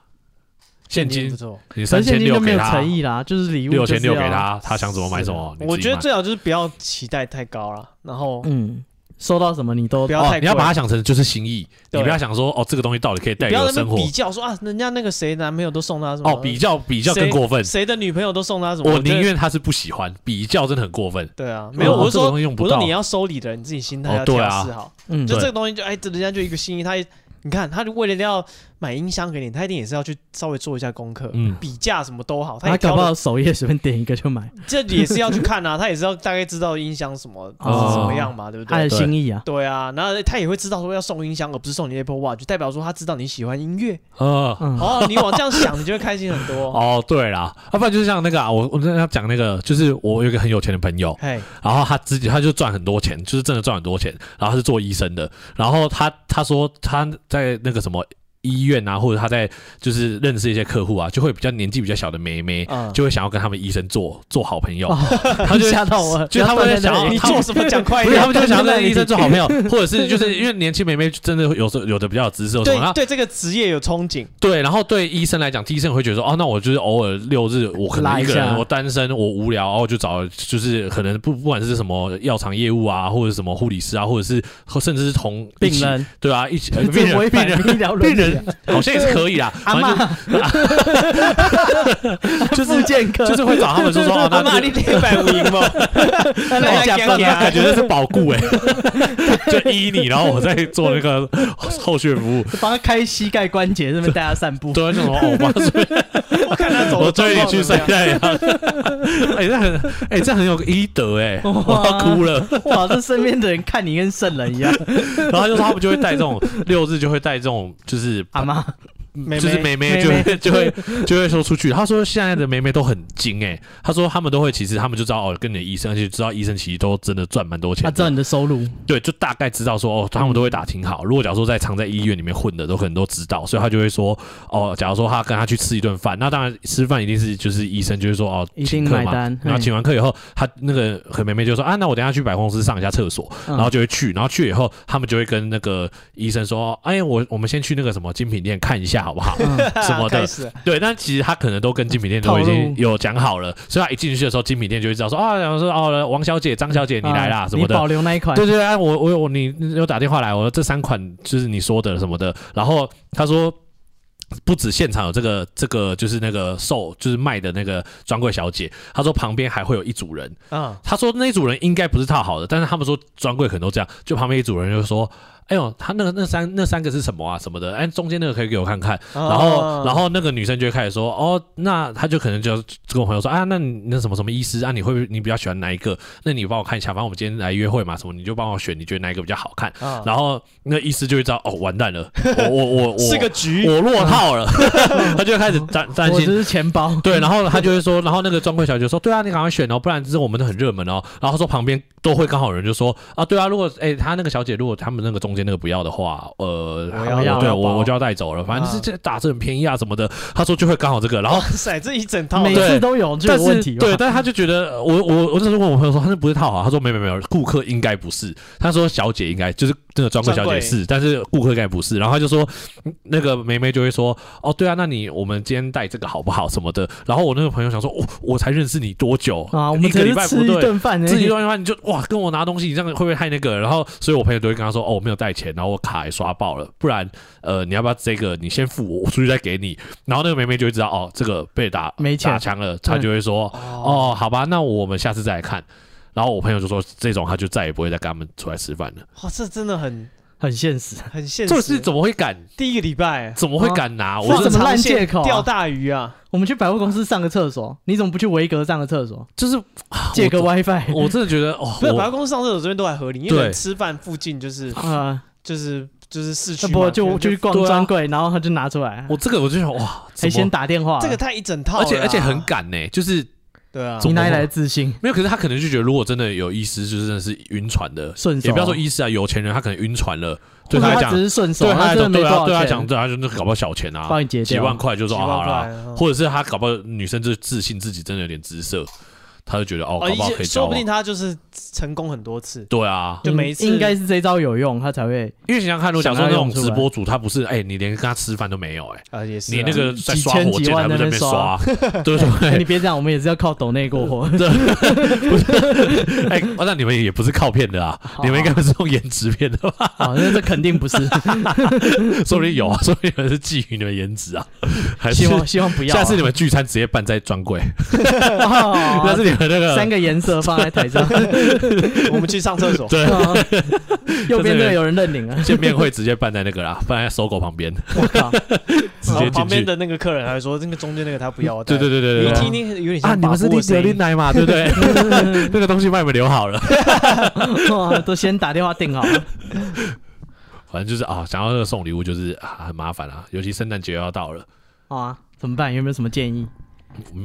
Speaker 4: 现
Speaker 2: 也
Speaker 4: 金
Speaker 2: 不错。
Speaker 4: 你
Speaker 3: 可
Speaker 4: 三
Speaker 3: 是现
Speaker 4: 千
Speaker 3: 金就
Speaker 4: 六
Speaker 3: 没
Speaker 4: 给
Speaker 3: 有
Speaker 4: 他
Speaker 3: 诚，意啦，就是礼物
Speaker 4: 六千
Speaker 3: 就是
Speaker 4: 六
Speaker 3: 要
Speaker 4: 给，他，他想怎么买什么，啊你
Speaker 2: 啊我
Speaker 4: 自己
Speaker 2: 觉得
Speaker 4: 买
Speaker 2: 最好就是不要期待太高了，然后
Speaker 3: 嗯，收到什么你都
Speaker 2: 不要太
Speaker 4: 哦，
Speaker 2: 贵
Speaker 4: 你要把它想成就是心意，你
Speaker 2: 对
Speaker 4: 不要想说哦这个东西到底可以带
Speaker 2: 不
Speaker 4: 给
Speaker 2: 要在
Speaker 4: 我
Speaker 2: 那
Speaker 4: 生
Speaker 2: 边
Speaker 4: 活
Speaker 2: 比较说啊，人家那个谁男朋友都送他什么
Speaker 4: 哦，比较比较更
Speaker 2: 谁
Speaker 4: 过分。
Speaker 2: 谁的女朋友都送他什么，
Speaker 4: 我
Speaker 2: 觉得
Speaker 4: 宁愿他是不喜欢，比较真的很过分。
Speaker 2: 对啊，没有，我是
Speaker 4: 这个
Speaker 2: 说
Speaker 4: 东西用不
Speaker 2: 我
Speaker 4: 到
Speaker 2: 说你要收礼的人，你自己心态
Speaker 4: 哦
Speaker 2: 要
Speaker 4: 对
Speaker 2: 调
Speaker 4: 啊
Speaker 2: 试好。
Speaker 3: 嗯，
Speaker 2: 就
Speaker 4: 对
Speaker 2: 这个东西就哎，这人家就一个心意，他也你看他为了要买音箱给你，他一定也是要去稍微做一下功课，
Speaker 4: 嗯
Speaker 2: 比价什么都好，他
Speaker 3: 他
Speaker 2: 也
Speaker 3: 搞
Speaker 2: 挑
Speaker 3: 不
Speaker 2: 了
Speaker 3: 好首页随便点一个就买，
Speaker 2: 这也是要去看啊，他也是要大概知道音箱什么是
Speaker 3: 哦
Speaker 2: 什么样嘛，对不
Speaker 3: 他的
Speaker 2: 对？
Speaker 3: 心意啊，
Speaker 2: 对啊，然后他也会知道说要送音箱，而不是送你 Apple Watch，就代表说他知道你喜欢音乐。
Speaker 4: 呃，
Speaker 3: 嗯，
Speaker 2: 哦，你往这样想，你就会开心很多。
Speaker 4: 哦，对啦，要、不然就是像那个啊，我我正要讲那个，就是我有一个很有钱的朋友，
Speaker 2: 嘿，
Speaker 4: 然后他自己他就赚很多钱，就是真的赚很多钱，然后他是做医生的，然后他他说他在那个什么医院啊，或者他在就是认识一些客户啊，就会比较年纪比较小的妹妹，
Speaker 2: 嗯，
Speaker 4: 就会想要跟他们医生做做好朋友，
Speaker 3: 哦
Speaker 4: 他就
Speaker 3: 吓到我，
Speaker 4: 就是他们
Speaker 3: 不要
Speaker 4: 在想
Speaker 3: 断在
Speaker 4: 要
Speaker 2: 你
Speaker 4: 哦他们
Speaker 2: 做什么讲快一
Speaker 4: 不是
Speaker 2: 点
Speaker 4: 他。们就想要
Speaker 3: 在，
Speaker 4: 跟医生做好朋友 或者是就是因为年轻妹妹真的有时候有的比较有姿色，什么啊
Speaker 2: 对
Speaker 4: 然后
Speaker 2: 对，这个职业有憧憬，
Speaker 4: 对，然后对医生来讲，医生会觉得说，哦，那我就是偶尔六日我可能
Speaker 3: 拉一
Speaker 4: 一个人，
Speaker 3: 下
Speaker 4: 我单身，我无聊，然后就找就是可能不不管是什么药厂业务啊，或者什么护理师啊，或者是或甚至是同一
Speaker 3: 病
Speaker 4: 起，
Speaker 3: 人，
Speaker 4: 对啊，一起呃 病
Speaker 3: 这
Speaker 4: 人
Speaker 3: 违
Speaker 4: 病
Speaker 3: 反
Speaker 4: 人
Speaker 3: 医疗伦理
Speaker 4: 病
Speaker 3: 啊
Speaker 4: 人好像也 是可以啦，
Speaker 3: 阿
Speaker 4: 反正
Speaker 3: 妈
Speaker 4: 就
Speaker 3: 复
Speaker 4: 是
Speaker 3: 健科
Speaker 4: 就是会找他们说说，哦， 那
Speaker 2: 阿妈你得百无赢 吗？
Speaker 3: 他
Speaker 2: 来
Speaker 3: 来
Speaker 2: 加
Speaker 3: 加
Speaker 2: 班
Speaker 3: 班
Speaker 2: 啊
Speaker 3: 啊，
Speaker 4: 感觉这是保固 哎、就依你，然后我再做那个后续 服务。
Speaker 3: 帮他开膝盖关节，这边带他散步，
Speaker 4: 对啊，就什么欧巴所以
Speaker 2: 我看他走
Speaker 4: 我
Speaker 2: 的状
Speaker 4: 追你
Speaker 2: 况
Speaker 4: 去
Speaker 2: 怎么
Speaker 4: 晒
Speaker 2: 样。
Speaker 4: 太阳。哎、这很哎、这很有医德哎、
Speaker 3: 哇
Speaker 4: 我要哭了。
Speaker 3: 哇，这身边的人看你跟圣人一样，
Speaker 4: 然后就说他们就会带这种六日就会带这种就是
Speaker 3: 阿妈
Speaker 2: 妹
Speaker 4: 就是妹妹就会就会就会说出去。他说现在的妹妹都很精哎、他说他们都会其实他们就知道哦，跟你的医生，而且知道医生其实都真的赚蛮多钱
Speaker 3: 他
Speaker 4: 的。
Speaker 3: 知道你啊的收入，
Speaker 4: 对，就大概知道说哦，他们都会打听好。如果假如说在常在医院里面混的，都可能都知道，所以他就会说哦，假如说他跟他去吃一顿饭，那当然吃饭一定是就是医生就会说哦，
Speaker 3: 一
Speaker 4: 请
Speaker 3: 定
Speaker 4: 客
Speaker 3: 买
Speaker 4: 嘛。
Speaker 3: 单，
Speaker 4: 然后
Speaker 3: 嗯
Speaker 4: 请完客以后，他那个何梅梅就说啊，那我等一下去百货公司上一下厕所，
Speaker 3: 嗯
Speaker 4: 然后就会去，然后去以后，他们就会跟那个医生说，哎，我我们先去那个什么精品店看一下好不 好？
Speaker 3: 嗯
Speaker 4: 什么的
Speaker 2: 啊开始了
Speaker 4: 对，但其实他可能都跟精品店都已
Speaker 3: 套路
Speaker 4: 经有讲好了，所以他一进去的时候，精品店就会知道说啊，然后说哦，王小姐、张小姐你来啦
Speaker 3: 啊
Speaker 4: 什么的
Speaker 3: 你，保留那一款，
Speaker 4: 对对啊，我我我你你有打电话来，我说这三款就是你说的什么的，然后他说。不止现场有这个这个，就是那个售就是卖的那个专柜小姐，他说旁边还会有一组人，
Speaker 2: 啊，
Speaker 4: 他说那一组人应该不是套好的，但是他们说专柜可能都这样，就旁边一组人就说：“哎呦，他那个那三那三个是什么啊？什么的？哎，中间那个可以给我看看。” 然
Speaker 2: 然
Speaker 4: 后，然后那个女生就会开始说：“哦，那他就可能就跟我朋友说啊，那你那什么什么医师啊，你会不会你比较喜欢哪一个？那你帮我看一下，反正我们今天来约会嘛，什么你就帮我选，你觉得哪一个比较好看？”
Speaker 2: 啊
Speaker 4: 然后那医师就会知道哦，完蛋了，我我我我
Speaker 2: 是个局，
Speaker 4: 我落 套了， 他就开始担担
Speaker 3: 我
Speaker 4: 心
Speaker 3: 这是钱包，
Speaker 4: 对，然后他就会说，然后那个专柜小姐就说，对啊，你赶快选哦，不然就是我们都很热门哦。然后说旁边都会刚好有人就说，啊，对啊，如果哎、他那个小姐如果他们那个中间那个不要的话，呃，
Speaker 2: 我要
Speaker 4: 对
Speaker 2: 要包
Speaker 4: 我我就要带走了，反正就是这打折很便宜啊什么的。他说就会刚好这个，然后
Speaker 2: 哇塞，这一整套
Speaker 3: 每
Speaker 4: 对
Speaker 3: 次都有就
Speaker 4: 但
Speaker 3: 有问
Speaker 4: 是
Speaker 3: 题，哦
Speaker 4: 对，，但是他就觉得我我我那时候问我朋友说他是不是套好，他说没没没有，顾客应该不是，他说小姐应该就是那个专柜小
Speaker 2: 专
Speaker 4: 姐
Speaker 2: 柜
Speaker 4: 是，但是顾客应该不是，然后他就说嗯那个梅梅就会说哦对啊，那你我们今天带这个好不好什么的，然后我那个朋友想说哦我才认识你多久
Speaker 3: 啊，我们
Speaker 4: 一个
Speaker 3: 只
Speaker 4: 礼
Speaker 3: 是
Speaker 4: 拜不
Speaker 3: 吃一
Speaker 4: 对。
Speaker 3: 顿饭而已，
Speaker 4: 自己乱乱你就哇，跟我拿东西，你这样会不会太那个？然后，所以我朋友都会跟他说，哦，我没有带钱，然后我卡也刷爆了，不然，呃，你要不要这个？你先付我，我出去再给你。然后那个梅梅就会知道，哦，这个被打
Speaker 3: 没钱
Speaker 4: 打枪了，她就会说，
Speaker 2: 哦，
Speaker 4: 哦，好吧，那我们下次再来看。然后我朋友就说，这种他就再也不会再跟他们出来吃饭了。
Speaker 2: 哇，这真的很
Speaker 3: 很现实，
Speaker 2: 很现实。
Speaker 4: 这是怎么会敢？
Speaker 2: 第一个礼拜
Speaker 4: 怎么会敢拿？我
Speaker 3: 这
Speaker 4: 是
Speaker 3: 怎么烂
Speaker 2: 长线
Speaker 3: 借口啊
Speaker 2: 钓大鱼啊？
Speaker 3: 我们去百货公司上个厕所，你怎么不去维格上个厕所，
Speaker 4: 就是
Speaker 3: 借个
Speaker 4: 啊我
Speaker 3: WiFi？
Speaker 4: 我真的觉得哦，
Speaker 2: 不是，百货
Speaker 4: 我
Speaker 2: 公司上厕所这边都还合理，因为
Speaker 4: 对
Speaker 2: 人吃饭附近就是
Speaker 3: 啊，
Speaker 2: 就是就是市区
Speaker 3: 那不
Speaker 2: 嘛
Speaker 3: 就就去逛
Speaker 4: 对啊
Speaker 3: 专柜，然后他就拿出来，
Speaker 4: 我这个我就想哇，
Speaker 3: 还
Speaker 4: 怎
Speaker 3: 先
Speaker 4: 么？
Speaker 3: 打电话，
Speaker 2: 这个太一整套了
Speaker 4: 而
Speaker 2: 啦，
Speaker 4: 且而且很赶呢、就是
Speaker 2: 对啊，
Speaker 3: 你哪里来的自信？
Speaker 4: 没有，可是他可能就觉得，如果真的有医师，就是真的是晕船的，
Speaker 3: 顺手
Speaker 4: 也不要说医师啊，有钱人他可能晕船了，对
Speaker 3: 哦或者
Speaker 4: 来
Speaker 3: 他
Speaker 4: 讲
Speaker 3: 只，是顺手，
Speaker 4: 对
Speaker 3: 他
Speaker 4: 他来
Speaker 3: 真的没多
Speaker 4: 讲，对啊，
Speaker 3: 少
Speaker 4: 对他
Speaker 3: 钱，
Speaker 4: 讲，对他就是搞不好小钱啊，
Speaker 3: 帮你结
Speaker 4: 几
Speaker 3: 掉
Speaker 4: 万块就
Speaker 2: 几
Speaker 4: 说啊
Speaker 2: 万
Speaker 4: 好
Speaker 2: 块
Speaker 4: 啦，
Speaker 2: 啊，
Speaker 4: 或者是他搞不好女生就自信自己真的有点姿色，他就觉得哦，
Speaker 2: 哦
Speaker 4: 搞不好
Speaker 2: 一
Speaker 4: 可以交
Speaker 2: 说不
Speaker 4: 往
Speaker 2: 定。他就是成功很多次，
Speaker 4: 对啊，
Speaker 2: 就每一次
Speaker 3: 应该是这招有用，他才会
Speaker 4: 因为想想看，如果假设
Speaker 3: 想
Speaker 4: 那
Speaker 3: 要
Speaker 4: 种
Speaker 3: 用出来
Speaker 4: 直播主，他不是哎，你连跟他吃饭都没有哎，
Speaker 2: 啊也是啊
Speaker 4: 你那个在
Speaker 3: 几
Speaker 4: 刷
Speaker 3: 千
Speaker 4: 火
Speaker 3: 几
Speaker 4: 箭，
Speaker 3: 万
Speaker 4: 还不
Speaker 3: 在那
Speaker 4: 在那
Speaker 3: 边
Speaker 4: 边刷， 对不
Speaker 3: 哎你
Speaker 4: 对？
Speaker 3: 别这样，我们也是要靠抖内过活。
Speaker 4: 哎，哦那你们也不是靠骗的啊， 你们应该不是用颜值骗的吧？
Speaker 3: 哦，那这肯定不是，
Speaker 4: 说不定有啊， 说不定有人是觊觎你们颜值啊， 还是
Speaker 3: 希望希望不要啊。
Speaker 4: 下次你们聚餐直接办在专柜，
Speaker 3: 哦
Speaker 2: 啊
Speaker 4: 下次你们那个
Speaker 3: 三个颜色放在台上，
Speaker 2: 我们去上厕所，
Speaker 4: 对
Speaker 3: 哦右边这个有人认领了。
Speaker 4: 见面会直接办在那个啦，办在搜狗旁边，
Speaker 3: 我靠，
Speaker 4: 直
Speaker 2: 然
Speaker 4: 接
Speaker 2: 后哦旁
Speaker 4: 进
Speaker 2: 边
Speaker 4: 去。
Speaker 2: 的那个客人还说那个中间那个他不要，我带
Speaker 4: 对对对
Speaker 2: 你
Speaker 4: 对对
Speaker 2: 一
Speaker 4: 对
Speaker 2: 听。听有点
Speaker 4: 啊，
Speaker 2: 像
Speaker 4: 你
Speaker 2: 把
Speaker 4: 们是
Speaker 2: 布
Speaker 4: 第
Speaker 2: 的声
Speaker 4: 九
Speaker 2: 音
Speaker 4: 零奶 嘛，对不对？那个东西帮你们留好了，
Speaker 3: 哇都先打电话订好了。
Speaker 4: 反正就是啊，想要那个送礼物就是啊很麻烦啊，尤其圣诞节要到了，
Speaker 3: 好啊，怎么办？有没有什么建议？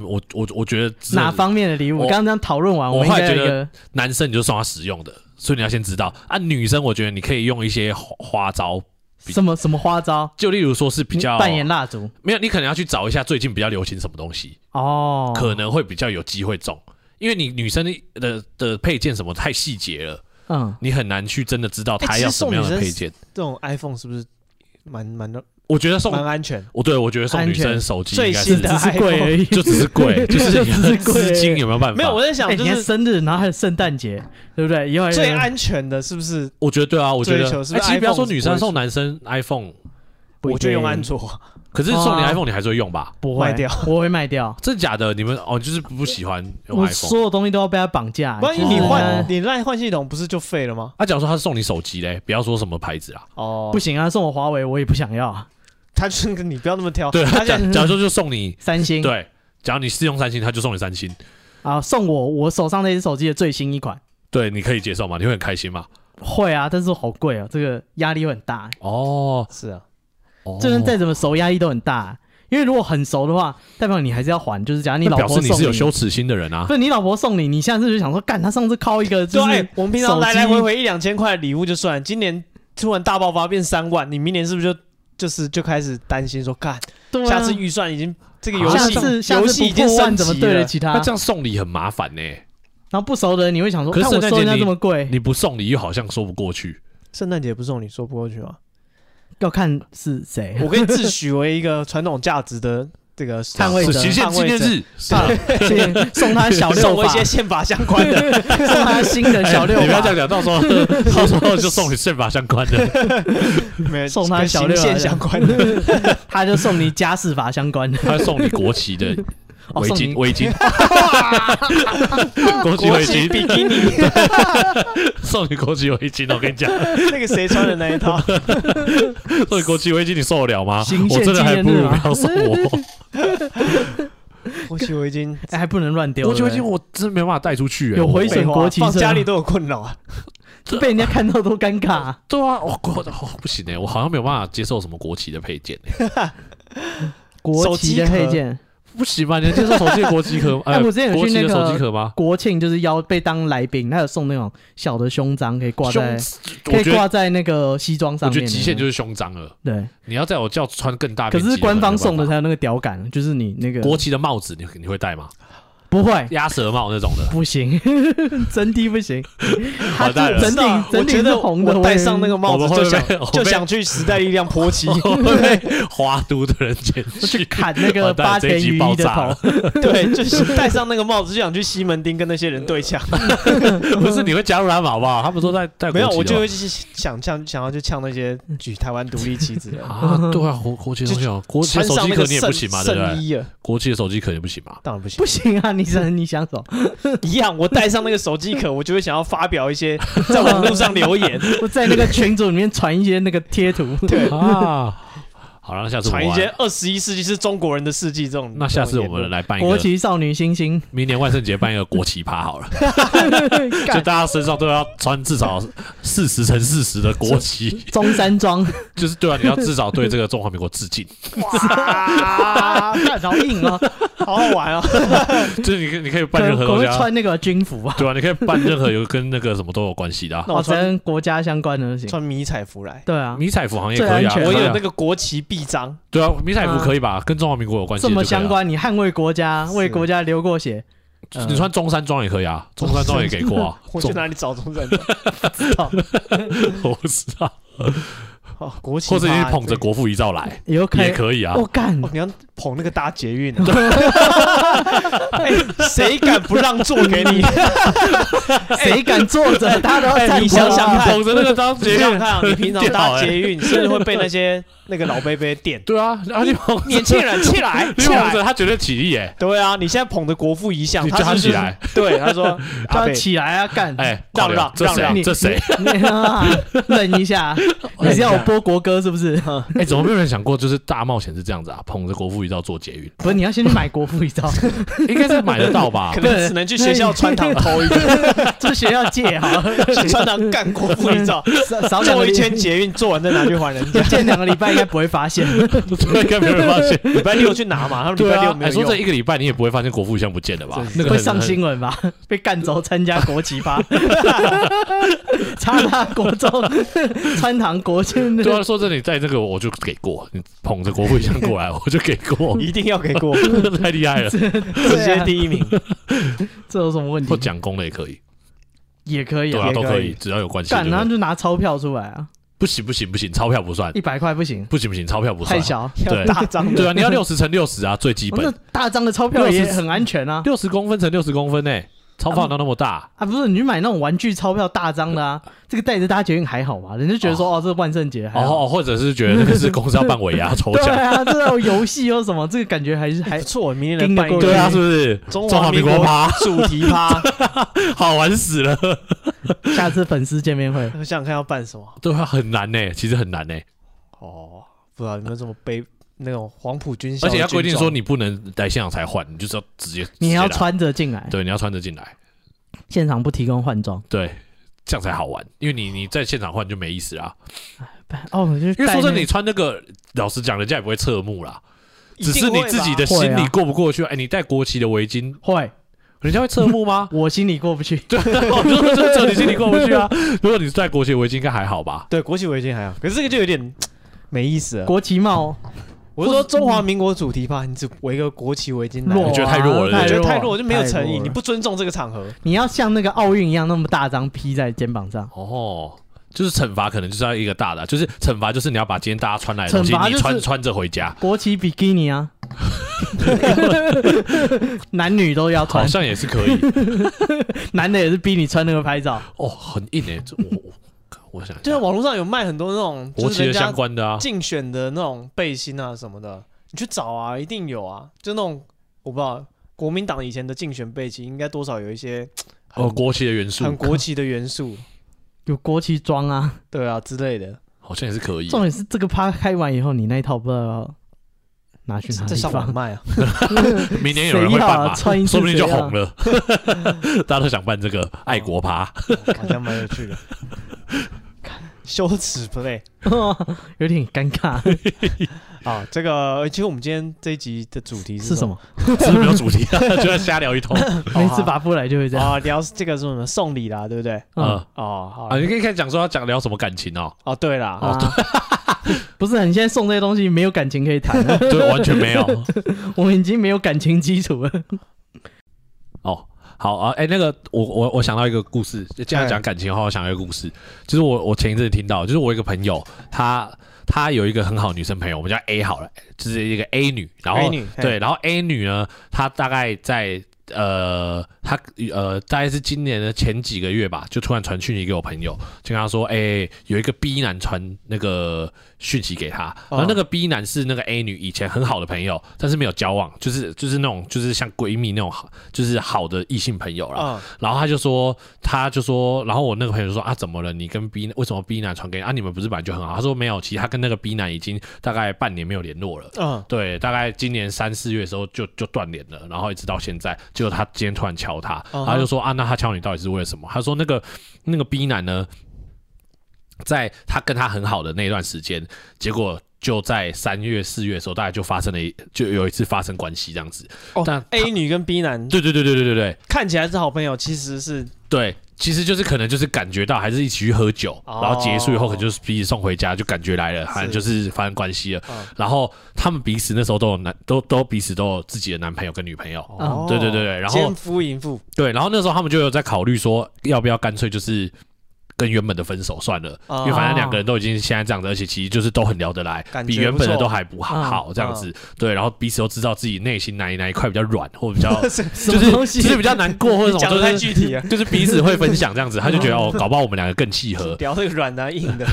Speaker 4: 我我我觉得只有
Speaker 3: 哪方面的礼物？
Speaker 4: 我
Speaker 3: 刚刚这样讨论完，
Speaker 4: 我
Speaker 3: 们应
Speaker 4: 后来
Speaker 3: 该有
Speaker 4: 觉
Speaker 3: 一
Speaker 4: 得
Speaker 3: 个
Speaker 4: 男生你就送他实用的，所以你要先知道啊。女生我觉得你可以用一些花花招，比
Speaker 3: 什么什么花招，
Speaker 4: 就例如说是比较
Speaker 3: 扮演蜡烛
Speaker 4: 没有，你可能要去找一下最近比较流行什么东西，
Speaker 3: 哦，
Speaker 4: 可能会比较有机会中，因为你女生的的的配件什么太细节了，
Speaker 3: 嗯，
Speaker 4: 你很难去真的知道她要什么样的配件。
Speaker 2: 这种 iPhone 是不是蛮蛮
Speaker 4: 我觉得送
Speaker 2: 蛮，安全？
Speaker 4: 我对我觉得送女
Speaker 3: 安
Speaker 4: 生
Speaker 3: 全
Speaker 4: 手机应
Speaker 2: 最
Speaker 4: 该
Speaker 2: 新
Speaker 4: 是
Speaker 2: 的
Speaker 3: 只是贵而已。
Speaker 4: 就只 是贵，就是你的
Speaker 3: 只是贵
Speaker 4: 资金有没有办法？
Speaker 2: 没有，我，在想
Speaker 3: 哎
Speaker 2: 就
Speaker 3: 你看
Speaker 2: 是
Speaker 3: 生日，然后还有哎圣诞节，对不对？以后还有
Speaker 2: 最安全的是不是？
Speaker 4: 我觉得对啊，我觉得
Speaker 2: 追求是
Speaker 4: 哎，
Speaker 2: 不是
Speaker 4: 其实不要
Speaker 2: iPhone
Speaker 4: 说女生
Speaker 2: 是不会
Speaker 4: 送男生 iPhone，
Speaker 3: 不一定
Speaker 2: 我就用安卓，
Speaker 4: 可是送你
Speaker 3: 哦
Speaker 4: iPhone 你还是会用吧？
Speaker 3: 不会
Speaker 2: 卖掉，
Speaker 3: 我会卖掉。
Speaker 4: 真假的？你们哦，就是不喜欢用
Speaker 3: 我
Speaker 4: iPhone。
Speaker 3: 所有东西都要被他绑架。
Speaker 2: 万一
Speaker 3: 就是啊
Speaker 2: 你
Speaker 3: 他
Speaker 2: 换你赖换系统不是就废了吗？
Speaker 4: 他啊讲说他送你手机嘞，不要说什么牌子啦，
Speaker 2: 哦
Speaker 3: 不，行啊，送我华为我也不想要，啊
Speaker 2: 他就是跟你不要哦那么挑，
Speaker 4: 对，
Speaker 2: 他
Speaker 4: 他
Speaker 2: 现在
Speaker 4: 讲，假如说就送你，
Speaker 3: 三星
Speaker 4: 对，假如你试用三星，他就送你三星，
Speaker 3: 啊，送我我手上那只手机的最新一款。
Speaker 4: 对，你可以接受吗？你会很开心吗？
Speaker 3: 会啊，但是好贵啊，这个压力会很大，
Speaker 4: 哦，
Speaker 2: 是啊，
Speaker 4: 哦
Speaker 3: 就算再怎么熟，压力都很大。啊因为如果很熟的话，代表你还是要还，就是假如你
Speaker 4: 那
Speaker 3: 老
Speaker 4: 表
Speaker 2: 哦
Speaker 3: 婆
Speaker 4: 示你
Speaker 3: 送
Speaker 4: 是有羞耻心的人啊
Speaker 3: 不。是你老婆送你，你下次就想说，干，他上次敲一
Speaker 2: 对
Speaker 3: 个就
Speaker 2: 啊，
Speaker 3: 是
Speaker 2: 哎我们平常
Speaker 3: 手
Speaker 2: 来
Speaker 3: 机
Speaker 2: 来回回一两千块的礼物就算，今年突然大爆发变三万，你明年是不是就就是就开始担心说，看
Speaker 3: 对啊
Speaker 2: 下次预算已经这个游
Speaker 3: 下
Speaker 2: 戏
Speaker 3: 次下
Speaker 2: 游
Speaker 3: 次
Speaker 2: 戏
Speaker 3: 不
Speaker 2: 已经
Speaker 3: 破万
Speaker 2: 升
Speaker 3: 怎么
Speaker 2: 级
Speaker 3: 对得
Speaker 2: 了，
Speaker 3: 起
Speaker 4: 那
Speaker 3: 他？
Speaker 4: 这样送礼很麻烦呢，
Speaker 3: 然后不熟的人你会想说，
Speaker 4: 可是
Speaker 3: 看我
Speaker 4: 圣诞
Speaker 3: 收人
Speaker 4: 节
Speaker 3: 家
Speaker 4: 你
Speaker 3: 这么贵，
Speaker 4: 你不送礼又好像说不过去。
Speaker 2: 圣诞节不送你说不过去吗？
Speaker 3: 要看是谁。
Speaker 2: 我可 以自诩为一个传统价值的这个
Speaker 3: 捍卫者
Speaker 4: 是极限纪念日，是啊
Speaker 3: 是送他小
Speaker 2: 送
Speaker 3: 六
Speaker 2: 我一
Speaker 3: 法，
Speaker 2: 些宪法相关 的，
Speaker 3: 送他新的小六
Speaker 4: 哎你不要这
Speaker 3: 法
Speaker 4: 样，讲，到时 候到时候就送你宪法相关的，
Speaker 2: 没有
Speaker 3: 送他
Speaker 2: 跟
Speaker 3: 小
Speaker 2: 行
Speaker 3: 六啊
Speaker 2: 宪
Speaker 3: 这样
Speaker 2: 相关的，
Speaker 3: 他就送你家事法相 关的。
Speaker 4: 他送你国旗的
Speaker 3: 哦
Speaker 4: 围
Speaker 3: 送
Speaker 4: 巾，
Speaker 3: 你
Speaker 4: 围 巾，国旗
Speaker 2: 国
Speaker 4: 围
Speaker 2: 旗
Speaker 4: 巾，
Speaker 2: 比基尼
Speaker 4: 送你国旗围巾，我 跟你讲，
Speaker 2: 那个谁穿的那一套，
Speaker 4: 送你国旗围巾，你受得了吗
Speaker 3: 行？
Speaker 4: 我
Speaker 3: 宪
Speaker 4: 真的还
Speaker 3: 纪念
Speaker 4: 不
Speaker 3: 日
Speaker 4: 如
Speaker 3: 啊
Speaker 4: 不要送 我。
Speaker 2: 国旗围巾
Speaker 3: 哎，还不能乱丢。
Speaker 4: 国旗围
Speaker 3: 对
Speaker 4: 巾
Speaker 3: 不
Speaker 4: 我真的没办法带出去，哎
Speaker 3: 有回
Speaker 4: 我
Speaker 3: 损
Speaker 2: 废话
Speaker 3: 国旗
Speaker 2: 放
Speaker 3: 是
Speaker 2: 家
Speaker 3: 吗
Speaker 2: 里都有困扰啊，
Speaker 3: 对被人家看到多尴尬啊。
Speaker 4: 对啊，我国哦不行哎，我好像没有办法接受什么国旗的配件哎，
Speaker 3: 国旗的
Speaker 2: 手机壳
Speaker 3: 配件，
Speaker 4: 不行吧？你能接受手机的国 旗壳？
Speaker 3: 哎
Speaker 4: 呃
Speaker 3: 我之前有去
Speaker 4: 国旗的
Speaker 3: 那个
Speaker 4: 手机壳吗？
Speaker 3: 国庆就是邀被当来宾，他有送那种小的胸章，可以挂
Speaker 4: 胸
Speaker 3: 在，可
Speaker 4: 我
Speaker 3: 以
Speaker 4: 觉得
Speaker 3: 挂在那个西装上
Speaker 4: 我
Speaker 3: 面的那
Speaker 4: 觉得
Speaker 3: 种。
Speaker 4: 极限就是胸章了。
Speaker 3: 对，
Speaker 4: 你要在我叫穿更大
Speaker 3: 可
Speaker 4: 面积的，
Speaker 3: 是官方送的
Speaker 4: 没有办
Speaker 3: 才有那个屌感，就是你那个
Speaker 2: 啊
Speaker 4: 法。国旗的帽子你你会戴吗？
Speaker 3: 不会。
Speaker 4: 鸭舌帽那种 的，
Speaker 3: 不行， 整体不行，它
Speaker 4: 完蛋
Speaker 3: 就
Speaker 4: 了
Speaker 3: 整
Speaker 2: 是啊
Speaker 3: 顶整
Speaker 2: 我觉
Speaker 3: 顶是
Speaker 2: 得
Speaker 3: 红的，
Speaker 2: 我
Speaker 3: 也
Speaker 2: 戴上那个
Speaker 4: 我
Speaker 2: 帽
Speaker 4: 们
Speaker 2: 子
Speaker 4: 会
Speaker 2: 就
Speaker 4: 被
Speaker 2: 想
Speaker 4: 我们
Speaker 2: 就
Speaker 4: 被
Speaker 2: 想去时代力量泼漆，
Speaker 4: 我 会被华都的人捡去
Speaker 3: 砍那个
Speaker 4: 完蛋
Speaker 3: 八
Speaker 4: 这
Speaker 3: 田
Speaker 4: 一集
Speaker 3: 雨
Speaker 4: 爆
Speaker 3: 衣的
Speaker 4: 炸
Speaker 3: 头
Speaker 4: 了，
Speaker 2: 对，就是戴上那个帽子就想去西门町跟那些人对 呛，
Speaker 4: 不是你会加入他们好不啊好？他们说在在
Speaker 2: 没有，我就会去想呛，想要去呛那些举台湾独立旗子 的，
Speaker 4: 啊，对啊，国国旗东西哦，国旗
Speaker 2: 穿
Speaker 4: 的手
Speaker 2: 上
Speaker 4: 机
Speaker 2: 那
Speaker 4: 壳
Speaker 2: 个
Speaker 4: 你也不
Speaker 2: 圣
Speaker 4: 行嘛，对不
Speaker 2: 圣
Speaker 4: 对？
Speaker 2: 衣啊，
Speaker 4: 国旗的手机壳你不行嘛？
Speaker 2: 当然不行
Speaker 3: 不。行啊！你想你想什么？
Speaker 2: 一样，我戴上那个手机壳，我就会想要发表一 些在 网络上留言。
Speaker 3: 我在那个群组里面传一些那个贴图，
Speaker 2: 对，
Speaker 4: 啊，好了，那下次我
Speaker 2: 传一些
Speaker 4: 们
Speaker 2: 二十一世纪是中国人的世纪这种。
Speaker 4: 那下次
Speaker 2: 这种
Speaker 4: 我
Speaker 2: 言
Speaker 4: 们
Speaker 2: 论
Speaker 4: 来办一
Speaker 3: 国
Speaker 4: 个，
Speaker 3: 旗少女星星，
Speaker 4: 明年万圣节办一个国旗趴 好了， 就
Speaker 3: 干
Speaker 4: 大家身上都要穿至少四十乘四十的国 旗，
Speaker 3: 中山装，
Speaker 4: 就是对啊，你要至少对这个中华民国致敬。
Speaker 2: 哇，
Speaker 3: 干好硬
Speaker 4: 哦
Speaker 3: 啊！
Speaker 2: 好好玩啊！
Speaker 4: 就是你可以你可以
Speaker 3: 可
Speaker 4: 办任何
Speaker 3: 可
Speaker 4: 东
Speaker 3: 会
Speaker 4: 西、啊，
Speaker 3: 穿那个军服 啊，
Speaker 4: 对啊，你可以办任何有跟那个什么都有关系的、啊。
Speaker 2: 那我
Speaker 3: 哦，
Speaker 2: 穿
Speaker 3: 跟国家相关的就行。
Speaker 2: 穿迷彩服来，
Speaker 3: 对啊，
Speaker 4: 迷彩服行业可以啊，
Speaker 3: 最安全
Speaker 2: 我
Speaker 4: 可以
Speaker 2: 有
Speaker 4: 啊
Speaker 2: 那个国旗臂章，
Speaker 4: 对啊，迷彩服可以吧？跟中华民国有关系，
Speaker 3: 这么相。关，你捍卫国家，为国家流过血，嗯
Speaker 4: 你穿中山装也可以啊，中山装也给过啊。
Speaker 2: 我去
Speaker 4: 中
Speaker 2: 哪里找 中山？
Speaker 4: 我知道，
Speaker 2: 哦，国旗趴，
Speaker 4: 啊或者你捧着国父遗照来
Speaker 3: 也
Speaker 4: 也
Speaker 3: 以。
Speaker 4: 可以啊。
Speaker 3: 我干
Speaker 2: 哦，，你要捧那个搭捷运啊？ 哎谁敢不让座给 你？
Speaker 3: 谁敢坐着？ 大家都要
Speaker 2: 哎
Speaker 3: 站
Speaker 2: 你
Speaker 3: 起
Speaker 2: 想
Speaker 3: 来啊
Speaker 2: 想看
Speaker 4: 捧着那个当
Speaker 2: 你
Speaker 4: 捷
Speaker 2: 想想
Speaker 4: 运
Speaker 2: 看啊，你平 常
Speaker 4: 电脑
Speaker 2: 搭
Speaker 4: 欸。
Speaker 2: 捷运是会被那些那个老伯伯电
Speaker 4: 对啊，然后你捧
Speaker 2: 年轻 人起来，
Speaker 4: 你
Speaker 2: 起
Speaker 4: 捧
Speaker 2: 来！
Speaker 4: 着他绝对起立耶，
Speaker 2: 对啊，你现在捧着国父遗像，
Speaker 4: 你叫
Speaker 2: 是
Speaker 4: 他
Speaker 2: 不是
Speaker 4: 起来。
Speaker 2: 对，他 说
Speaker 3: 都
Speaker 2: 阿
Speaker 3: 要
Speaker 2: 北，
Speaker 3: 起来啊！干，
Speaker 4: 哎，
Speaker 2: 让
Speaker 4: 靠
Speaker 2: 让
Speaker 4: 这
Speaker 2: 让让
Speaker 4: 谁？
Speaker 3: 你
Speaker 4: 这谁？？
Speaker 3: 你 啊忍 一下，你是要我播国歌是不是？
Speaker 4: 哎，怎么没有人想过，就是大冒险是这样子啊？捧着国父遗照做捷运，
Speaker 3: 不是，你要先去买国父一照，
Speaker 4: 应该是买得到吧
Speaker 2: 可？能只能去学校穿堂偷一 个，
Speaker 3: 这学校借好了，
Speaker 2: 去 穿堂干国父遗 照，
Speaker 3: 少少两
Speaker 2: 做
Speaker 3: 个
Speaker 2: 一
Speaker 3: 礼
Speaker 2: 圈， 捷运，做完再拿去还人家。
Speaker 3: 建两个礼拜应该不会发现。
Speaker 4: 应该没有人发现。
Speaker 2: 礼拜六去拿嘛，他们礼
Speaker 4: 对
Speaker 2: 拜六
Speaker 4: 啊，
Speaker 2: 没
Speaker 4: 还
Speaker 2: 有
Speaker 4: 说这
Speaker 2: 用。
Speaker 4: 一个礼拜你也不会发现国父遗像不见了吧？那个
Speaker 3: 会
Speaker 4: 很
Speaker 3: 上
Speaker 4: 很
Speaker 3: 新闻吧？ 被干走参加国旗 趴， 插大国中穿堂国庆
Speaker 4: 对啊，说真的，你在这个我就给过，你捧着国徽箱 过来，我就给过，
Speaker 2: 一定要给过，
Speaker 4: 太厉害了。啊
Speaker 2: 直接第一名。
Speaker 3: 啊这有什么问
Speaker 4: 或
Speaker 3: 题？
Speaker 4: 讲功的也可以，
Speaker 3: 也可以
Speaker 4: 对
Speaker 3: 啊，
Speaker 4: 啊，
Speaker 2: 也可
Speaker 4: 都
Speaker 2: 以
Speaker 4: 可以，只要有关系就
Speaker 3: 干，啊然后
Speaker 4: 可以。
Speaker 3: 就拿钞票出来啊，
Speaker 4: 不行不行不行，钞票不算
Speaker 3: 一，百块不行，
Speaker 4: 不行不行，钞票不算
Speaker 3: 太。小。
Speaker 2: 要
Speaker 4: 对
Speaker 2: 大张的
Speaker 4: 对啊，你要六十乘六十啊，最基
Speaker 3: 哦那
Speaker 4: 本
Speaker 3: 大张的钞票也很安全啊。
Speaker 4: 六十公分乘六十公分呢，钞票哪那么大？
Speaker 3: 啊，不是，你去买那种玩具钞票大张的啊，这个带着大家捷运还好吧？人家觉得说，哦，这是万圣节还好。
Speaker 4: 哦，或者是觉得那个是公司要办尾牙抽
Speaker 3: 对
Speaker 4: 奖，
Speaker 3: 啊，这种游戏又什么，这个感觉还是
Speaker 2: 还
Speaker 3: 还
Speaker 2: 不错，明年
Speaker 3: 盯得
Speaker 2: 办一
Speaker 3: 过
Speaker 2: 个
Speaker 4: 对啊，是不是？
Speaker 2: 中
Speaker 4: 中
Speaker 2: 华
Speaker 4: 华
Speaker 2: 民
Speaker 4: 民
Speaker 2: 国
Speaker 4: 国趴
Speaker 2: 主题趴，
Speaker 4: 好玩死了。
Speaker 3: 下次粉丝见面会
Speaker 2: 我想想看要办什么。
Speaker 4: 对啊，很难呢，其实很难呢，
Speaker 2: 哦，不知道有没有这么卑那种黄埔军校，
Speaker 4: 而且要规定说，你不能来现场才换，你就是要直接
Speaker 3: 你要，
Speaker 4: 直接
Speaker 3: 穿着进来
Speaker 4: 来，对，你要穿着进来。
Speaker 3: 现场不提供换装。
Speaker 4: 对，这样才好玩，因为你你在现场换就没意思 啦。
Speaker 3: 哦，就是
Speaker 4: 因为
Speaker 3: 带
Speaker 4: 说真
Speaker 3: 那
Speaker 4: 的，你穿那个，老实讲，人家也不会侧目啦，只
Speaker 2: 一
Speaker 4: 是
Speaker 2: 定会
Speaker 4: 你
Speaker 2: 吧啊
Speaker 4: 自己的
Speaker 3: 会
Speaker 4: 心
Speaker 3: 啊
Speaker 4: 里过不过去。哎、你戴国旗的围巾，
Speaker 3: 会，？
Speaker 4: 人家会侧目 吗
Speaker 3: 我心里过不去。
Speaker 4: 对，我就说这你心里过不去啊。如果你戴国旗的围巾，应该还好吧？
Speaker 2: 对国旗围巾还好，可是这个就有点没意思了。
Speaker 3: 国旗帽
Speaker 2: 我是说中华民国主嗯题趴，你只围个国旗围巾来，
Speaker 3: 弱啊，
Speaker 4: 我觉得太弱了
Speaker 2: 我觉得太弱，
Speaker 3: 弱，
Speaker 2: 就没有诚意，
Speaker 3: 太弱
Speaker 2: 你
Speaker 3: 了
Speaker 2: 不尊重这个场合。
Speaker 3: 你要像那个奥运一样那么大张披在肩膀上，
Speaker 4: 哦。就是惩罚，可能就是要一个大的啊，就是惩罚，就是你要把今天大家穿来的东西，
Speaker 3: 惩罚
Speaker 4: 你
Speaker 3: 就是
Speaker 4: 穿穿着回家，
Speaker 3: 国旗比基尼 啊，男女都要
Speaker 4: 好
Speaker 3: 穿，
Speaker 4: 像也是可以
Speaker 3: 男的也是逼你穿那个拍照。
Speaker 4: 哦，很硬诶、这我我我想一
Speaker 2: 就是
Speaker 4: 下，
Speaker 2: 网络上有卖很多那种
Speaker 4: 国
Speaker 2: 啊就
Speaker 4: 旗
Speaker 2: 是
Speaker 4: 的
Speaker 2: 人
Speaker 4: 相
Speaker 2: 家
Speaker 4: 关的啊，
Speaker 2: 竞选的那种背心啊什么的，你去找啊，一定有啊。就那种我不知道，国民党以前的竞选背心应该多少有一些很
Speaker 4: 哦，国旗的元素
Speaker 2: 很国旗的元素，
Speaker 3: 有国旗装啊，
Speaker 2: 对啊之类的。
Speaker 4: 好像也是可以。
Speaker 3: 重点是这个趴开完以后，你那一套不知道要拿去哪
Speaker 2: 在
Speaker 3: 里
Speaker 2: 上网
Speaker 3: 放。
Speaker 2: 卖啊，
Speaker 4: 明年有人会办嘛，
Speaker 3: 谁要啊穿一次啊
Speaker 4: 说不定就
Speaker 3: 谁要
Speaker 4: 红了。 大家都想办这
Speaker 3: 哦
Speaker 4: 个爱国趴，
Speaker 2: 好像蛮有趣的。羞耻 play
Speaker 3: 有点尴 尬，
Speaker 2: 啊！这个其实我们今天这一集的主题
Speaker 3: 是
Speaker 2: 什
Speaker 3: 什
Speaker 2: 么？
Speaker 3: 么？
Speaker 4: 是不是没有主题啊， 就要瞎聊一通。
Speaker 3: 每次拔不来就会这样。
Speaker 2: 啊，聊这个是什么送礼啦，对不对？
Speaker 3: 嗯
Speaker 4: 呃
Speaker 2: 哦，好
Speaker 4: 啊，你可以开始讲说要讲聊什么感情哦，
Speaker 2: 哦，对啦，
Speaker 3: 啊， 不是啊，你现在送这些东西没有感情可以谈 啊，
Speaker 4: 对，完全没有。
Speaker 3: 我们已经没有感情基础了。
Speaker 4: 哦，好啊，哎，那个我我我想到一个故事，这样
Speaker 2: 哎
Speaker 4: 讲感情的话，我想到一个故事，就是我我前一阵子听到，就是我一个朋友，她她有一个很好的女生朋友，我们叫 A 好了，就是一个 A 女，然后
Speaker 2: A 女嘿
Speaker 4: 对，然后 A 女呢，她大概在呃，他呃，大概是今年的前几个月吧，就突然传讯息给我朋友，就跟他说，哎、有一个 B 男传那个讯息给他，然后那个 B 男是那个 A 女以前很好的朋友，但是没有交往，就是就是那种就是像闺蜜那种好，就是好的异性朋友啦。
Speaker 2: 啊，
Speaker 4: 然后他就说，他就说，然后我那个朋友就说啊，怎么了？你跟 B 为什么 B 男传给你啊？你们不是本来就很好？他说没有，其实他跟那个 B 男已经大概半年没有联络了。
Speaker 2: 嗯，
Speaker 4: 对，大概今年三四月的时候就就断联了，然后一直到现在，结果他今天突然敲他，
Speaker 2: 嗯哼
Speaker 4: 然后他就说啊，那他敲你到底是为了什么？他说那个那个 B 男呢，在他跟他很好的那段时间，结果就在三月四月的时候，大概就发生了一就有一次发生关系这样子。
Speaker 2: 哦
Speaker 4: 但
Speaker 2: ，A 女跟 B 男
Speaker 4: 对对对对对对对
Speaker 2: 看起来是好朋友，其实是
Speaker 4: 对。其实就是可能就是感觉到还是一起去喝酒，
Speaker 2: 哦
Speaker 4: 然后结束以后可能就是彼此送回家，就感觉来了，反正就是发生关系了。
Speaker 2: 嗯
Speaker 4: 然后他们彼此那时候都有男都都彼此都有自己的男朋友跟女朋友，
Speaker 3: 哦
Speaker 4: 嗯对对对对然后
Speaker 2: 奸夫淫妇
Speaker 4: 对，然后那时候他们就有在考虑说，要不要干脆就是跟原本的分手算了，
Speaker 2: 哦
Speaker 4: 因为反正两个人都已经现在这样子，而且其实就是都很聊得来
Speaker 2: 感，觉
Speaker 4: 比原本的
Speaker 2: 不错
Speaker 4: 都还不好
Speaker 3: 嗯
Speaker 4: 好这样子。对，然后彼此都知道自己内心哪一哪一块比较软，或比较
Speaker 3: 什
Speaker 4: 就
Speaker 3: 么
Speaker 4: 是
Speaker 3: 东
Speaker 4: 就
Speaker 3: 西？
Speaker 4: 是比较难过或者什
Speaker 2: 讲
Speaker 4: 么，
Speaker 2: 的太
Speaker 4: 哦就是
Speaker 2: 具 体了，
Speaker 4: 就是彼此会分享这样子，他就
Speaker 3: 嗯
Speaker 4: 觉得哦，搞不好我们两个更 契合。
Speaker 2: 聊这个软的硬 的，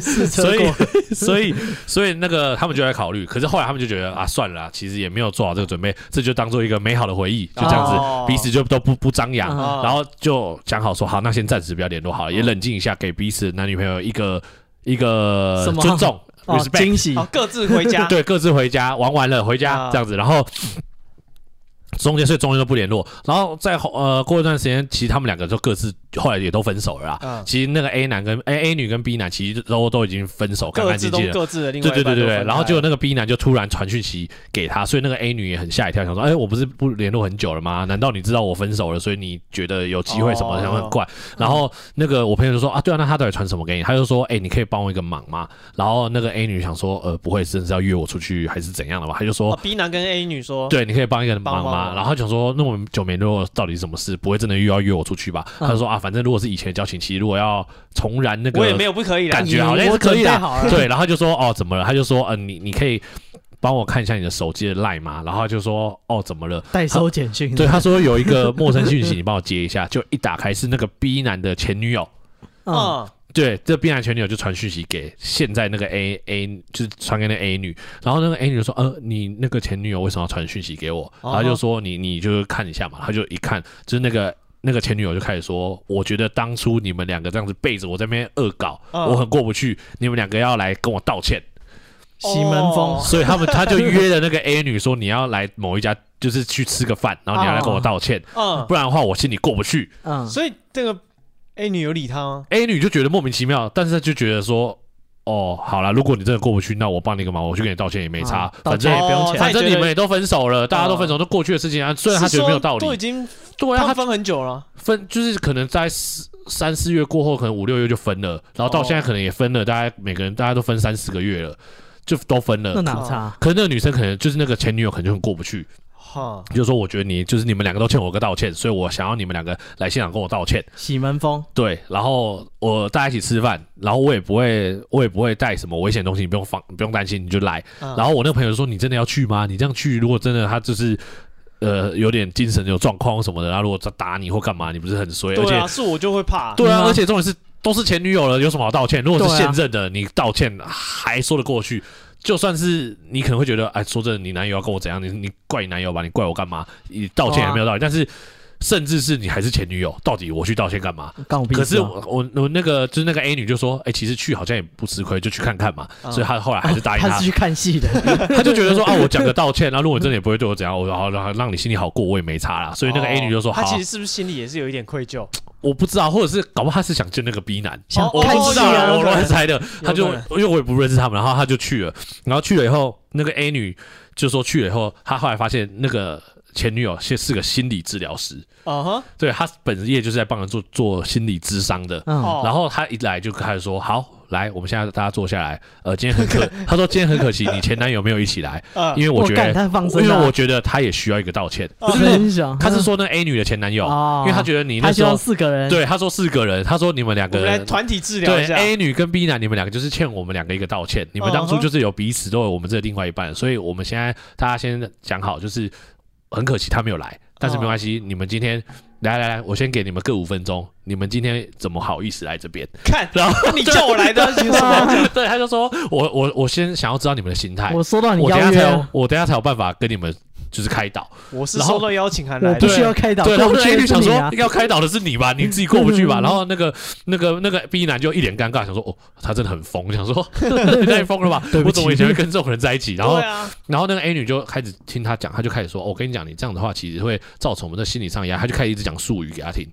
Speaker 3: 试车
Speaker 4: 呃所以
Speaker 3: 过，
Speaker 4: 所以，所以那个他们就在考虑，可是后来他们就觉得啊，算了啦，其实也没有做好这个准备，这就当做一个美好的回忆，就这样子，
Speaker 2: 哦
Speaker 4: 彼此就都不不张扬，
Speaker 2: 嗯
Speaker 4: 然后就讲好说好，那先暂时不要联络好了，也冷静一下，给彼此男女朋友一个一个
Speaker 3: 什么
Speaker 4: 尊重
Speaker 3: 哦，
Speaker 4: respect，
Speaker 3: 惊喜
Speaker 2: 好，各自回家。
Speaker 4: 对，各自回家玩完了回家
Speaker 2: 啊
Speaker 4: 这样子，然后。中间所以中间都不联络，然后在后呃过一段时间，其实他们两个就各自后来也都分手了啊啦。
Speaker 2: 嗯
Speaker 4: 其实那个 A 男跟 A A 女跟 B 男其实都都已经分手，干
Speaker 2: 各
Speaker 4: 干
Speaker 2: 自
Speaker 4: 净
Speaker 2: 都
Speaker 4: 净了。
Speaker 2: 各自的另外
Speaker 4: 对
Speaker 2: 一半
Speaker 4: 对对对
Speaker 2: 都分
Speaker 4: 对，
Speaker 2: 开
Speaker 4: 然后结果那个 B 男就突然传讯息给他，所以那个 A 女也很吓一跳，想说：“哎，我不是不联络很久了吗？难道你知道我分手了，所以你觉得有机会什么
Speaker 2: 哦
Speaker 4: 的？想说很怪。”然后那个我朋友就说：“啊，对啊，那他到底传什么给你？”他就说：“哎，你可以帮我一个忙吗？”然后那个 A 女想说：“呃，不会真的是要约我出去还是怎样的吧？”他就说
Speaker 2: 哦，B 男跟 A 女说，
Speaker 4: 对，你可以帮一个人忙
Speaker 2: 帮忙我
Speaker 4: 吗？然后他想说，那我们久没联络，到底是什么事？不会真的又要约我出去吧？
Speaker 3: 嗯
Speaker 4: 他说啊，反正如果是以前的交情，其实如果要重燃那个，
Speaker 2: 我也没有不可以啦
Speaker 4: 感。觉好像
Speaker 3: 我
Speaker 4: 是可以
Speaker 3: 准备
Speaker 4: 的
Speaker 3: 好了。
Speaker 4: 对，然后他就说哦，怎么了？他就说，嗯、你你可以帮我看一下你的手机的 line 吗？然后他就说哦，怎么了？
Speaker 3: 代收简讯，
Speaker 4: 对，他说有一个陌生讯息，你帮我接一下。就一打开是那个 B 男的前女友，
Speaker 3: 嗯，
Speaker 2: 嗯，
Speaker 4: 对，这 B 男前女友就传讯息给现在那个 A A，就是传给那个 A 女，然后那个 A 女就说，呃，你那个前女友为什么要传讯息给我？然后就说你你就是看一下嘛，他就一看，就是那个。那个前女友就开始说：“我觉得当初你们两个这样子背着我在那边恶搞，
Speaker 2: 嗯
Speaker 4: 我很过不去。你们两个要来跟我道歉，
Speaker 3: 西门风
Speaker 2: 哦，
Speaker 4: 所以他们他就约了那个 A 女说你要来某一家，就是去吃个饭，然后你要来跟我道歉，
Speaker 2: 嗯，
Speaker 4: 不然啊的话我心里过不去。
Speaker 3: 嗯，
Speaker 2: 所以这个 A 女有理他吗？
Speaker 4: A 女就觉得莫名其妙，但是她就觉得说，哦，好啦，如果你真的过不去，那我帮你个忙，我去给你道歉也没差，
Speaker 3: 啊道
Speaker 4: 反
Speaker 3: 歉
Speaker 4: 正
Speaker 3: 也不用
Speaker 2: 哦
Speaker 3: 钱，
Speaker 4: 反正你们也都分手了，大家都
Speaker 2: 哦
Speaker 4: 分手，都过去的事情啊。虽然她觉得没有道
Speaker 2: 是说都已
Speaker 4: 理，
Speaker 2: 经
Speaker 4: 对
Speaker 2: 他
Speaker 4: 啊，她
Speaker 2: 们分很久了，
Speaker 4: 分就是可能在四三四月过后，可能五六月就分了，然后到
Speaker 2: 哦
Speaker 4: 现在可能也分了，大家每个人大家都分三四个月了，就都分
Speaker 3: 那
Speaker 4: 了。
Speaker 3: 哪差？
Speaker 4: 可是那个女生可能就是那个前女友，可能就很过不去，
Speaker 2: 哈，
Speaker 4: 就说我觉得你就是你们两个都欠我个道歉，所以我想要你们两个来现场跟我道歉。
Speaker 3: 喜门风，
Speaker 4: 对，然后我大家一起吃饭，然后我也不会，我也不会带什么危险的东西，你不用放，你不用担心，你就来。
Speaker 2: 嗯
Speaker 4: 然后我那个朋友说：“你真的要去吗？你这样去，如果真的他就是呃有点精神有状况或什么的，他如果他打你或干嘛，你不是很衰？而
Speaker 2: 对啊，
Speaker 4: 且
Speaker 2: 是我就会怕，
Speaker 4: 对啊，
Speaker 3: 嗯啊
Speaker 4: 而且重点是都是前女友了，有什么好道歉？如果是
Speaker 3: 对啊
Speaker 4: 现任的，你道歉还说得过去。”就算是你可能会觉得，哎，说真的，你男友要跟我怎样？你你怪你男友吧，你怪我干嘛？你道歉也没有道理。但是，甚至是你还是前女友，到底我去道歉干嘛？
Speaker 3: 干我屁
Speaker 4: 可
Speaker 3: 事
Speaker 4: 是
Speaker 3: 啊！
Speaker 4: 我我我那个就是那个 A 女就说，哎、其实去好像也不吃亏，就去看看嘛。
Speaker 2: 嗯
Speaker 4: 所以她后来还是答应
Speaker 3: 他
Speaker 4: 他
Speaker 3: 是，去看戏 的，
Speaker 4: 她就觉得说啊，我讲个道歉，那如果你真的也不会对我怎样，我然后让让你心里好过，我也没差啦。所以那个 A 女就说，
Speaker 2: 他
Speaker 4: 好啊
Speaker 2: 哦其，实是不是心里也是有一点愧疚？
Speaker 4: 我不知道，或者是搞不好她是想见那个 B 男，
Speaker 2: 哦
Speaker 3: 想
Speaker 4: 我
Speaker 3: 看
Speaker 4: 不知
Speaker 3: 戏
Speaker 4: 道
Speaker 2: 有可
Speaker 4: 啊，
Speaker 2: 能
Speaker 3: 啊！
Speaker 4: 我乱猜的。她就
Speaker 2: 有可能
Speaker 4: 因为我也不认识他们，然后她就去了，然后去了以后，那个 A 女就说去了以后，她后来发现那个前女友是是个心理治疗师，
Speaker 2: 啊哈，
Speaker 4: 对她本业就是在帮人做做心理咨商的。
Speaker 3: 嗯，
Speaker 2: 哦
Speaker 4: 然后他一来就开始说：“好，来，我们现在大家坐下来。呃，今天 很可，他说今天很可惜，你前男友没有一起来，
Speaker 2: 嗯
Speaker 4: 因为我觉
Speaker 3: 啊我
Speaker 4: 得
Speaker 3: 干他放生啊啊
Speaker 4: 因为我觉得他也需要一个道歉。不是，
Speaker 3: 分享，
Speaker 4: 他是说那 A 女的前男友，
Speaker 3: 哦
Speaker 4: 因为他觉得你
Speaker 3: 他
Speaker 4: 那
Speaker 3: 希
Speaker 4: 时
Speaker 3: 望
Speaker 4: 候
Speaker 3: 四个人，
Speaker 4: 对他说四个人，他说你们两
Speaker 2: 我
Speaker 4: 个
Speaker 2: 们来
Speaker 4: 人。”
Speaker 2: 团体治疗
Speaker 4: 对
Speaker 2: 一下，
Speaker 4: A 女跟 B 男，你们两个就是欠我们两个一个道歉。你们当
Speaker 2: 嗯
Speaker 4: 初
Speaker 2: 哼
Speaker 3: 啊
Speaker 4: 就是有彼此都有我们这另外一半，所以我们现在大家先讲好，就是很可惜他没有来，但是
Speaker 3: 啊
Speaker 4: 没关系，你们今天来来来，我先给你们各五分钟，你们今天怎么好意思来这边？
Speaker 2: 看，
Speaker 4: 然
Speaker 2: 后你叫我来的，其实
Speaker 4: 对，他就说我我我先想要知道你们的心态，
Speaker 3: 我收到你
Speaker 4: 我等一
Speaker 3: 邀
Speaker 4: 下才有
Speaker 3: 约，啊
Speaker 4: 我等一下才有办法跟你们就是 开导。
Speaker 2: 我是
Speaker 4: 然后
Speaker 2: 收到邀请函
Speaker 3: 我
Speaker 2: 来
Speaker 3: 不
Speaker 2: 的，
Speaker 3: 需要开导，
Speaker 4: 对，然
Speaker 3: 过
Speaker 4: 后
Speaker 3: 不
Speaker 4: 那
Speaker 3: 去
Speaker 4: A
Speaker 3: 的
Speaker 4: 女
Speaker 3: 是
Speaker 4: 想
Speaker 3: 你
Speaker 4: 说
Speaker 3: 啊。
Speaker 4: 要开导的是你吧，你自己过不 去吧。
Speaker 3: 嗯
Speaker 4: 然后那个那个那个 B 男就一脸尴尬，想说哦，他真的很疯，想说 你太疯了吧
Speaker 3: 对，不
Speaker 4: 我
Speaker 3: 起
Speaker 4: 怎么以前会跟这种人在一起？然后
Speaker 2: 对啊，
Speaker 4: 然后那个 A 女就开始听他讲，他就开始说：“哦我跟你讲，你这样的话其实会造成我们的心理上压力。”他就开始一直讲术语给他听。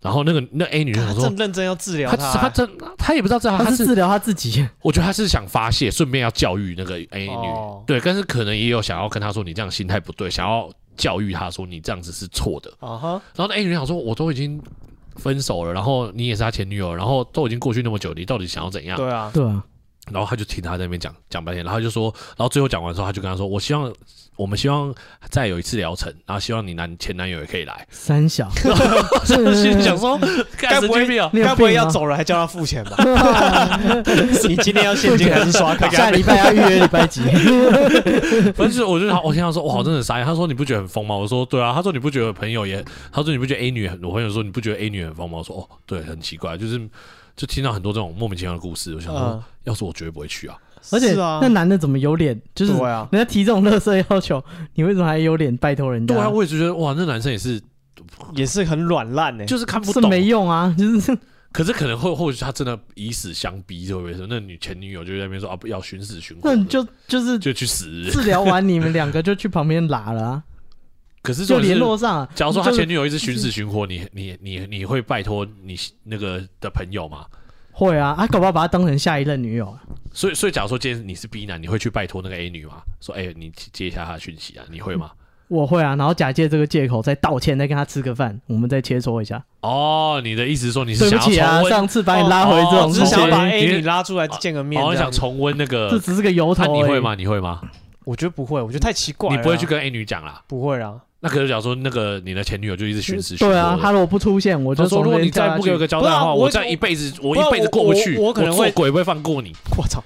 Speaker 4: 然后那个那 A 女就
Speaker 2: 干
Speaker 4: 想
Speaker 2: 他
Speaker 4: 说
Speaker 2: 正：“认真要治疗
Speaker 4: 他他
Speaker 2: 他，
Speaker 4: 这他也不知道这样，
Speaker 3: 他
Speaker 4: 啊他
Speaker 3: 是
Speaker 4: 是
Speaker 3: 治疗他自己，
Speaker 4: 我觉得他是想发泄，顺便要教育那个 A
Speaker 2: 哦
Speaker 4: 女，对，但是可能也有想要跟他说你这样心态不对，想要教育他说你这样子是错的。
Speaker 2: 啊哈，
Speaker 4: 然后那 A 女想说：“我都已经分手了，然后你也是他前女友，然后都已经过去那么久，你到底想要怎样？”
Speaker 2: 对啊，
Speaker 3: 对啊，
Speaker 4: 然后他就听他在那边讲讲半天，然后他就说，然后最后讲完之后，他就跟他说：“我希望我们希望再有一次疗程，然后希望你男前男友也可以来。
Speaker 3: 三小，
Speaker 4: 心想说，干
Speaker 2: 嗯该
Speaker 4: 神
Speaker 2: 不会
Speaker 4: 经病啊！
Speaker 3: 你有
Speaker 2: 该不会
Speaker 3: 病吗啊
Speaker 2: 要走了还叫他付钱吧？ 你今天要现金还是刷卡？
Speaker 3: 下礼拜要预约礼拜几？
Speaker 4: 反正就是我就好，我听他说，哇，真的很傻眼。他说你不觉得很疯吗？我说对啊。他说你不觉得朋友也？他说你不觉得 A 女很？我朋友说你不觉得 A 女很疯吗？我说哦，对，很奇怪，就是就听到很多这种莫名其妙的故事。我 想说，
Speaker 2: 嗯
Speaker 4: 要是我绝对不会去啊。
Speaker 3: 而且
Speaker 2: 是啊
Speaker 3: 那，男的怎么有脸？就是
Speaker 2: 对啊
Speaker 3: 人家提这种乐色要求，你为什么还有脸拜托人家？
Speaker 4: 对啊，我也觉得哇，那男生也是，
Speaker 2: 也是很软烂欸呢。
Speaker 4: 就是看不
Speaker 3: 嗯是
Speaker 4: 懂，
Speaker 3: 没用啊，就是
Speaker 4: 可是可能会，或许他真的以死相逼，会不会是那女前女友就在那边说啊，不要寻死寻活
Speaker 3: 那，你就就是
Speaker 4: 就去死。
Speaker 3: 治疗完你们两个就去旁边拉了啊，
Speaker 4: 可是
Speaker 3: 就
Speaker 4: 重点是
Speaker 3: 联络，嗯上啊。
Speaker 4: 假如说他
Speaker 3: 就是
Speaker 4: 前女友一直寻死寻活，你你你你会拜托你那个的朋友吗？
Speaker 3: 会啊，啊，搞不好把她当成下一任女友啊。
Speaker 4: 所以所以，假如说今天你是 B 男，你会去拜托那个 A 女吗？说哎、你接一下她的讯息啊，你会吗？
Speaker 3: 我会啊，然后假借这个借口再道歉，再跟他吃个饭，我们再切磋一下。
Speaker 4: 哦，你的意思是说你是
Speaker 3: 对
Speaker 4: 想
Speaker 3: 不
Speaker 4: 要
Speaker 3: 起啊，
Speaker 4: 重温？
Speaker 3: 上次把你拉回这种
Speaker 2: 我
Speaker 3: 东
Speaker 2: 只是
Speaker 3: 西，
Speaker 2: 想要把
Speaker 4: 你
Speaker 2: A 女拉出来见个面
Speaker 4: 哦，
Speaker 2: 这
Speaker 4: 你
Speaker 2: 样
Speaker 4: 想
Speaker 2: 子。
Speaker 4: 重温那
Speaker 3: 这
Speaker 4: 个？
Speaker 3: 只是个由
Speaker 4: 那
Speaker 3: 头。
Speaker 4: 你会？吗？你会吗？
Speaker 2: 我觉得不会，我觉得太奇怪了
Speaker 4: 你
Speaker 2: 啊。
Speaker 4: 不会去跟 A 女讲啦？
Speaker 2: 不会啊？
Speaker 4: 那可是假如说那个你的前女友就一直寻死寻活
Speaker 3: 对
Speaker 4: 的，
Speaker 3: 啊，他如果不出现，我
Speaker 4: 我就
Speaker 3: 就
Speaker 4: 说，如果你再
Speaker 3: 再
Speaker 4: 不给我一个交代的
Speaker 2: 不是
Speaker 4: 话，
Speaker 2: 啊
Speaker 4: 我
Speaker 2: 我
Speaker 4: 这样一辈子，我
Speaker 2: 不是啊
Speaker 4: 一辈子过不去，
Speaker 2: 我我可能
Speaker 4: 做
Speaker 2: 会
Speaker 4: 鬼不会放过你。
Speaker 2: 我操，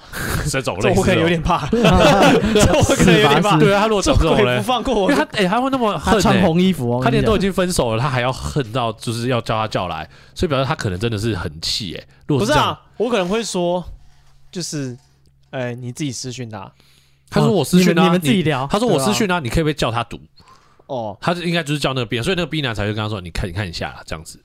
Speaker 4: 这种
Speaker 2: 这
Speaker 4: 类似
Speaker 2: 我可
Speaker 4: 的
Speaker 2: 能有点怕，这我可能有
Speaker 3: 是吧
Speaker 2: 点
Speaker 3: 是
Speaker 2: 怕。
Speaker 4: 对啊，他如果
Speaker 2: 这
Speaker 4: 讲这
Speaker 2: 我
Speaker 4: 种
Speaker 2: 也不
Speaker 4: 嘞，
Speaker 2: 放过
Speaker 4: 因
Speaker 2: 我
Speaker 4: 为。他哎，他会那么
Speaker 3: 他
Speaker 4: 恨
Speaker 3: 穿
Speaker 4: 欸
Speaker 3: 红衣服哦，
Speaker 4: 他连
Speaker 3: 我
Speaker 4: 都
Speaker 3: 跟
Speaker 4: 已经分手了，他还要恨到就是要叫他叫来，所以表示他可能真的是很气哎。
Speaker 2: 不
Speaker 4: 如果
Speaker 2: 是
Speaker 4: 这样，
Speaker 2: 啊，我可能会说，就是，哎，你自己私讯他。
Speaker 4: 他说我私
Speaker 3: 你
Speaker 4: 讯
Speaker 3: 们
Speaker 4: 啊，
Speaker 3: 你们自己聊
Speaker 4: 他说我
Speaker 2: 对啊
Speaker 4: 私讯啊，你可以不可以叫他读？
Speaker 2: 哦，
Speaker 4: 他就应该就是叫那个 B 男，所以那个 B 男才会跟他说，你看你看一下啦这样子，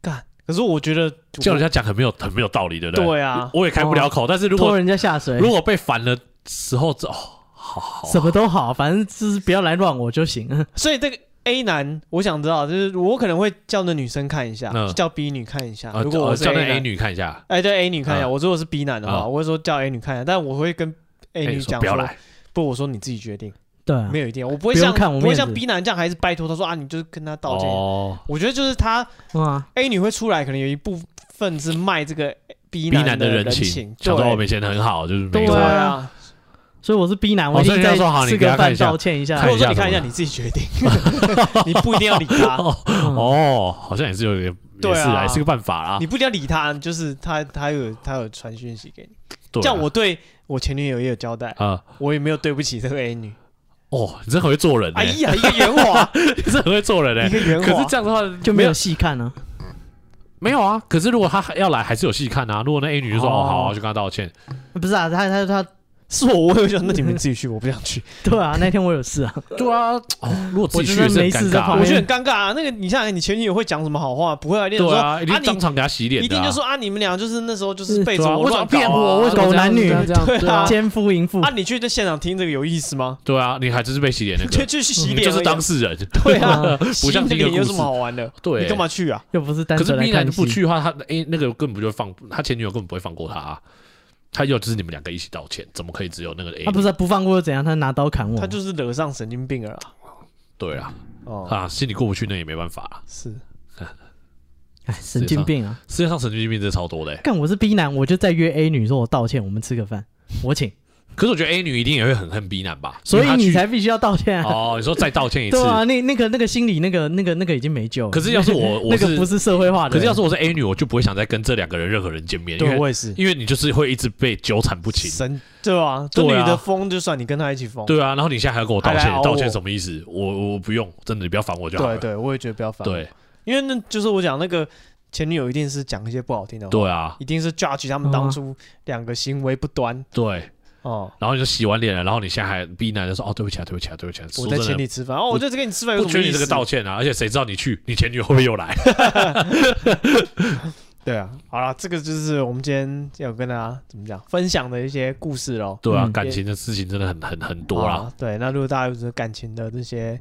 Speaker 2: 干。可是我觉得我，
Speaker 4: 叫人家讲很没有很没有道理，对不对？
Speaker 2: 对啊，
Speaker 4: 我也开不了口，但是如
Speaker 3: 你讲拖
Speaker 4: 果
Speaker 3: 人家下水
Speaker 4: 如，果被烦的时候，这哦，好好
Speaker 3: 什么都好，反正就是不要来乱我就行。
Speaker 2: 所以这个 A 男，我想知道，就是我可能会叫那女生看一下，
Speaker 4: 嗯
Speaker 2: 叫 B 女看一下。
Speaker 4: 啊
Speaker 2: 如果我
Speaker 4: 呃
Speaker 2: 是
Speaker 4: 叫那 A
Speaker 2: A 男，
Speaker 4: 女看一下，
Speaker 2: 哎，对 A 女看一下。
Speaker 4: 嗯
Speaker 2: 我如果是 B 男的话，
Speaker 4: 嗯
Speaker 2: 我会说叫 A 女看一下，但我会跟 A
Speaker 4: 哎
Speaker 2: 女
Speaker 4: 说
Speaker 2: 讲
Speaker 4: 不要
Speaker 2: 说，
Speaker 4: 来，
Speaker 2: 不，我说你自己决定，
Speaker 3: 对啊
Speaker 2: 没，有一定，我不会
Speaker 3: 不用
Speaker 2: 像
Speaker 3: 看我
Speaker 2: 不会
Speaker 3: 面
Speaker 2: 像
Speaker 3: 子
Speaker 2: B 男这样，还是拜托他说啊，你就是跟他道歉。
Speaker 4: 哦
Speaker 2: 我觉得就是他
Speaker 3: 哇，
Speaker 2: A 女会出来，可能有一部分是卖这个 B
Speaker 4: ，B 男
Speaker 2: 的
Speaker 4: 的人
Speaker 2: 情
Speaker 4: 情，，想说我
Speaker 2: 对
Speaker 4: 们以前很好，就是没
Speaker 3: 对
Speaker 4: 有
Speaker 2: 对
Speaker 3: 啊
Speaker 2: 啊。
Speaker 3: 所以我是 B 男，
Speaker 4: 哦
Speaker 3: 我一
Speaker 4: 所以
Speaker 3: 定
Speaker 4: 人
Speaker 3: 再
Speaker 4: 家说好你
Speaker 3: 吃
Speaker 4: 给
Speaker 3: 个
Speaker 4: 他看
Speaker 3: 饭
Speaker 4: 一下
Speaker 3: 道歉一下
Speaker 2: 或
Speaker 4: 看。
Speaker 2: 者
Speaker 4: 一
Speaker 2: 说
Speaker 4: 下
Speaker 2: 你看一下你自己决定， 你不一定要理 他，
Speaker 3: 嗯
Speaker 4: 哦，好像也是有点，
Speaker 2: 对
Speaker 4: 也
Speaker 2: 啊
Speaker 4: 是啊，也是个办法啦
Speaker 2: 你。不一定要理他，就是他他有他有传讯息给你。
Speaker 4: 对啊，
Speaker 2: 这样我对我前女友也有交代，
Speaker 4: 啊，
Speaker 2: 我也没有对不起这个 A 女。
Speaker 4: 哦，你真很会做人欸，
Speaker 2: 哎呀，一个圆 滑，
Speaker 4: 你真很会做人
Speaker 2: 一
Speaker 4: 哎。
Speaker 2: 个圆
Speaker 4: 可是
Speaker 2: 滑
Speaker 4: 这。样的话
Speaker 3: 就没有细看啊，
Speaker 4: 没有啊。可是如果他还要来，还是有戏看啊。如果那 A 女就说
Speaker 3: 哦
Speaker 4: 哦好啊，我去跟他道歉，
Speaker 3: 不是啊，他他他，
Speaker 2: 是我，我有想，那你们自 己去，我不想去，
Speaker 3: 对 啊，那天我有事啊，
Speaker 4: 对啊，哦，如果自己去
Speaker 3: 我觉
Speaker 4: 也是
Speaker 3: 得
Speaker 4: 很
Speaker 3: 没事
Speaker 4: 尴
Speaker 3: 在旁
Speaker 4: 尬
Speaker 2: 我
Speaker 3: 边
Speaker 4: 啊。
Speaker 2: 觉得很尴尬啊。那个，你想想看，你前女友会讲什么好话？不会啊，一定
Speaker 4: 对
Speaker 2: 说
Speaker 4: 啊，一定当
Speaker 2: 你
Speaker 4: 场给他洗脸
Speaker 2: 一
Speaker 4: 的
Speaker 2: 定
Speaker 4: 啊。
Speaker 2: 就说啊，你们俩就是那时候就是背着
Speaker 4: 对啊，
Speaker 2: 我
Speaker 4: 为什
Speaker 2: 乱
Speaker 4: 么
Speaker 2: 搞
Speaker 4: 骗
Speaker 2: 啊
Speaker 4: 我？为什么
Speaker 3: 狗男女
Speaker 4: 这样这样这样
Speaker 2: 对啊
Speaker 3: 奸夫淫妇
Speaker 2: 啊，你去在现场听这个有意思吗？
Speaker 4: 对啊，你还真是被洗脸那
Speaker 2: 就
Speaker 4: 个，
Speaker 2: 去洗
Speaker 4: 你
Speaker 2: 脸而已啊，
Speaker 4: 嗯就是当事人。
Speaker 2: 对啊，
Speaker 4: 不像
Speaker 2: 洗
Speaker 4: 听一个
Speaker 2: 脸有
Speaker 4: 故
Speaker 2: 什么
Speaker 4: 事
Speaker 2: 好玩的？
Speaker 4: 对
Speaker 2: 你干嘛去啊？
Speaker 3: 又不是单
Speaker 4: 可是
Speaker 3: 纯来
Speaker 4: B 男
Speaker 3: 看
Speaker 4: 不
Speaker 3: 戏。
Speaker 4: 去的话，他哎那个根本就放他前女友根本不会放过他啊。他要就是你们两个一起道歉，怎么可以只有那个 A？
Speaker 3: 他不是啊不放过又怎样？他拿刀砍
Speaker 4: 嗯
Speaker 3: 我，
Speaker 2: 他就是惹上神经病了啦。
Speaker 4: 对啊，
Speaker 2: 哦，
Speaker 4: 啊，心里过不去那也没办法啊啦。
Speaker 2: 是
Speaker 3: 哎神经病啊！
Speaker 4: 世界上神经病真的超多的欸、
Speaker 3: 干我是 B 男，我就再约 A 女说我道歉，我们吃个饭，我请。
Speaker 4: 可是我觉得 A 女一定也会很恨 B 男吧，
Speaker 3: 所以
Speaker 4: 因为她去
Speaker 3: 你才必须要道歉啊。
Speaker 4: 哦，你说再道歉一次
Speaker 3: 对，啊，那那个那个心理那个那个那个已经没救了。
Speaker 4: 可是要是 我，我
Speaker 3: 那个不是社会化的，
Speaker 4: 可是要是我是 A 女，我就不会想再跟这两个人任何人见面，因
Speaker 2: 对
Speaker 4: 为
Speaker 2: 我也是，
Speaker 4: 因为你就是会一直被纠缠不清，
Speaker 2: 神对吧？这女
Speaker 4: 对啊
Speaker 2: 的疯就算你跟她一起疯，
Speaker 4: 对啊，然后你现在还要跟我道
Speaker 2: 还
Speaker 4: 歉
Speaker 2: 来熬，我
Speaker 4: 道歉什么意思？我我不用，真的你不要烦我就好
Speaker 2: 对
Speaker 4: 了。
Speaker 2: 对，我也觉得不要烦。
Speaker 4: 啊对，
Speaker 2: 因为那就是我讲那个前女友一定是讲一些不好听的话，
Speaker 4: 对啊，
Speaker 2: 一定是 judge 他们当初两个行为不端
Speaker 4: 对，
Speaker 2: 哦。
Speaker 4: 然后你就洗完脸了，然后你现在还 B 男就说哦对不起啊对不起啊对不起啊，
Speaker 2: 我
Speaker 4: 说
Speaker 2: 在
Speaker 4: 真
Speaker 2: 请
Speaker 4: 的
Speaker 2: 你吃饭哦，我在这跟你吃饭有
Speaker 4: 不
Speaker 2: 什
Speaker 4: 缺
Speaker 2: 么
Speaker 4: 你
Speaker 2: 意
Speaker 4: 这
Speaker 2: 思
Speaker 4: 个？道歉啊，而且谁知道你去，你前女友会不会 又来？
Speaker 2: 对啊，好啦，这个就是我们今天要跟大家怎么讲分享的一些故事喽。
Speaker 4: 对啊，
Speaker 3: 嗯
Speaker 4: 感情的事情真的很很很多啦。
Speaker 2: 啊，对，那如果大家有什么感情的这些，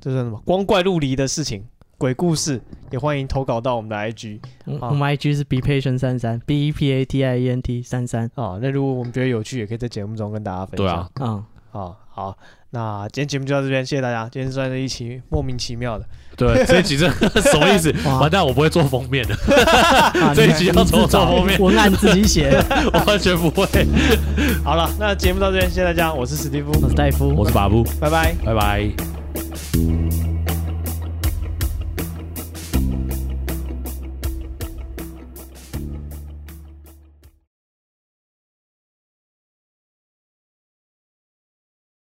Speaker 2: 这是什么光怪陆离的事情、鬼故事，也欢迎投稿到我们的 IG
Speaker 3: 嗯我
Speaker 2: 啊
Speaker 3: 我们 IG 是 be patient 三三 b e p a t i e n t 三三。
Speaker 2: 啊。那如果我们觉得有趣，也可以在节目中跟大家分享。
Speaker 4: 对啊，
Speaker 3: 嗯，
Speaker 2: 啊，好，那今天节目就到这边，谢谢大家。今天算是一期莫名其妙的，
Speaker 4: 对，这一集这什么意思？
Speaker 3: 哇
Speaker 4: 完蛋，我不会做封面的，
Speaker 3: 啊
Speaker 4: 这
Speaker 3: 你
Speaker 4: 一集要
Speaker 3: 你自
Speaker 4: 从我
Speaker 3: 找
Speaker 4: 后面
Speaker 3: 文案自己写。
Speaker 4: 我完全不会。
Speaker 2: 好了，那节目到这边，谢谢大家，我是史蒂夫，
Speaker 3: 我是戴夫，
Speaker 4: 我是巴布，
Speaker 2: 拜拜。
Speaker 4: 拜拜。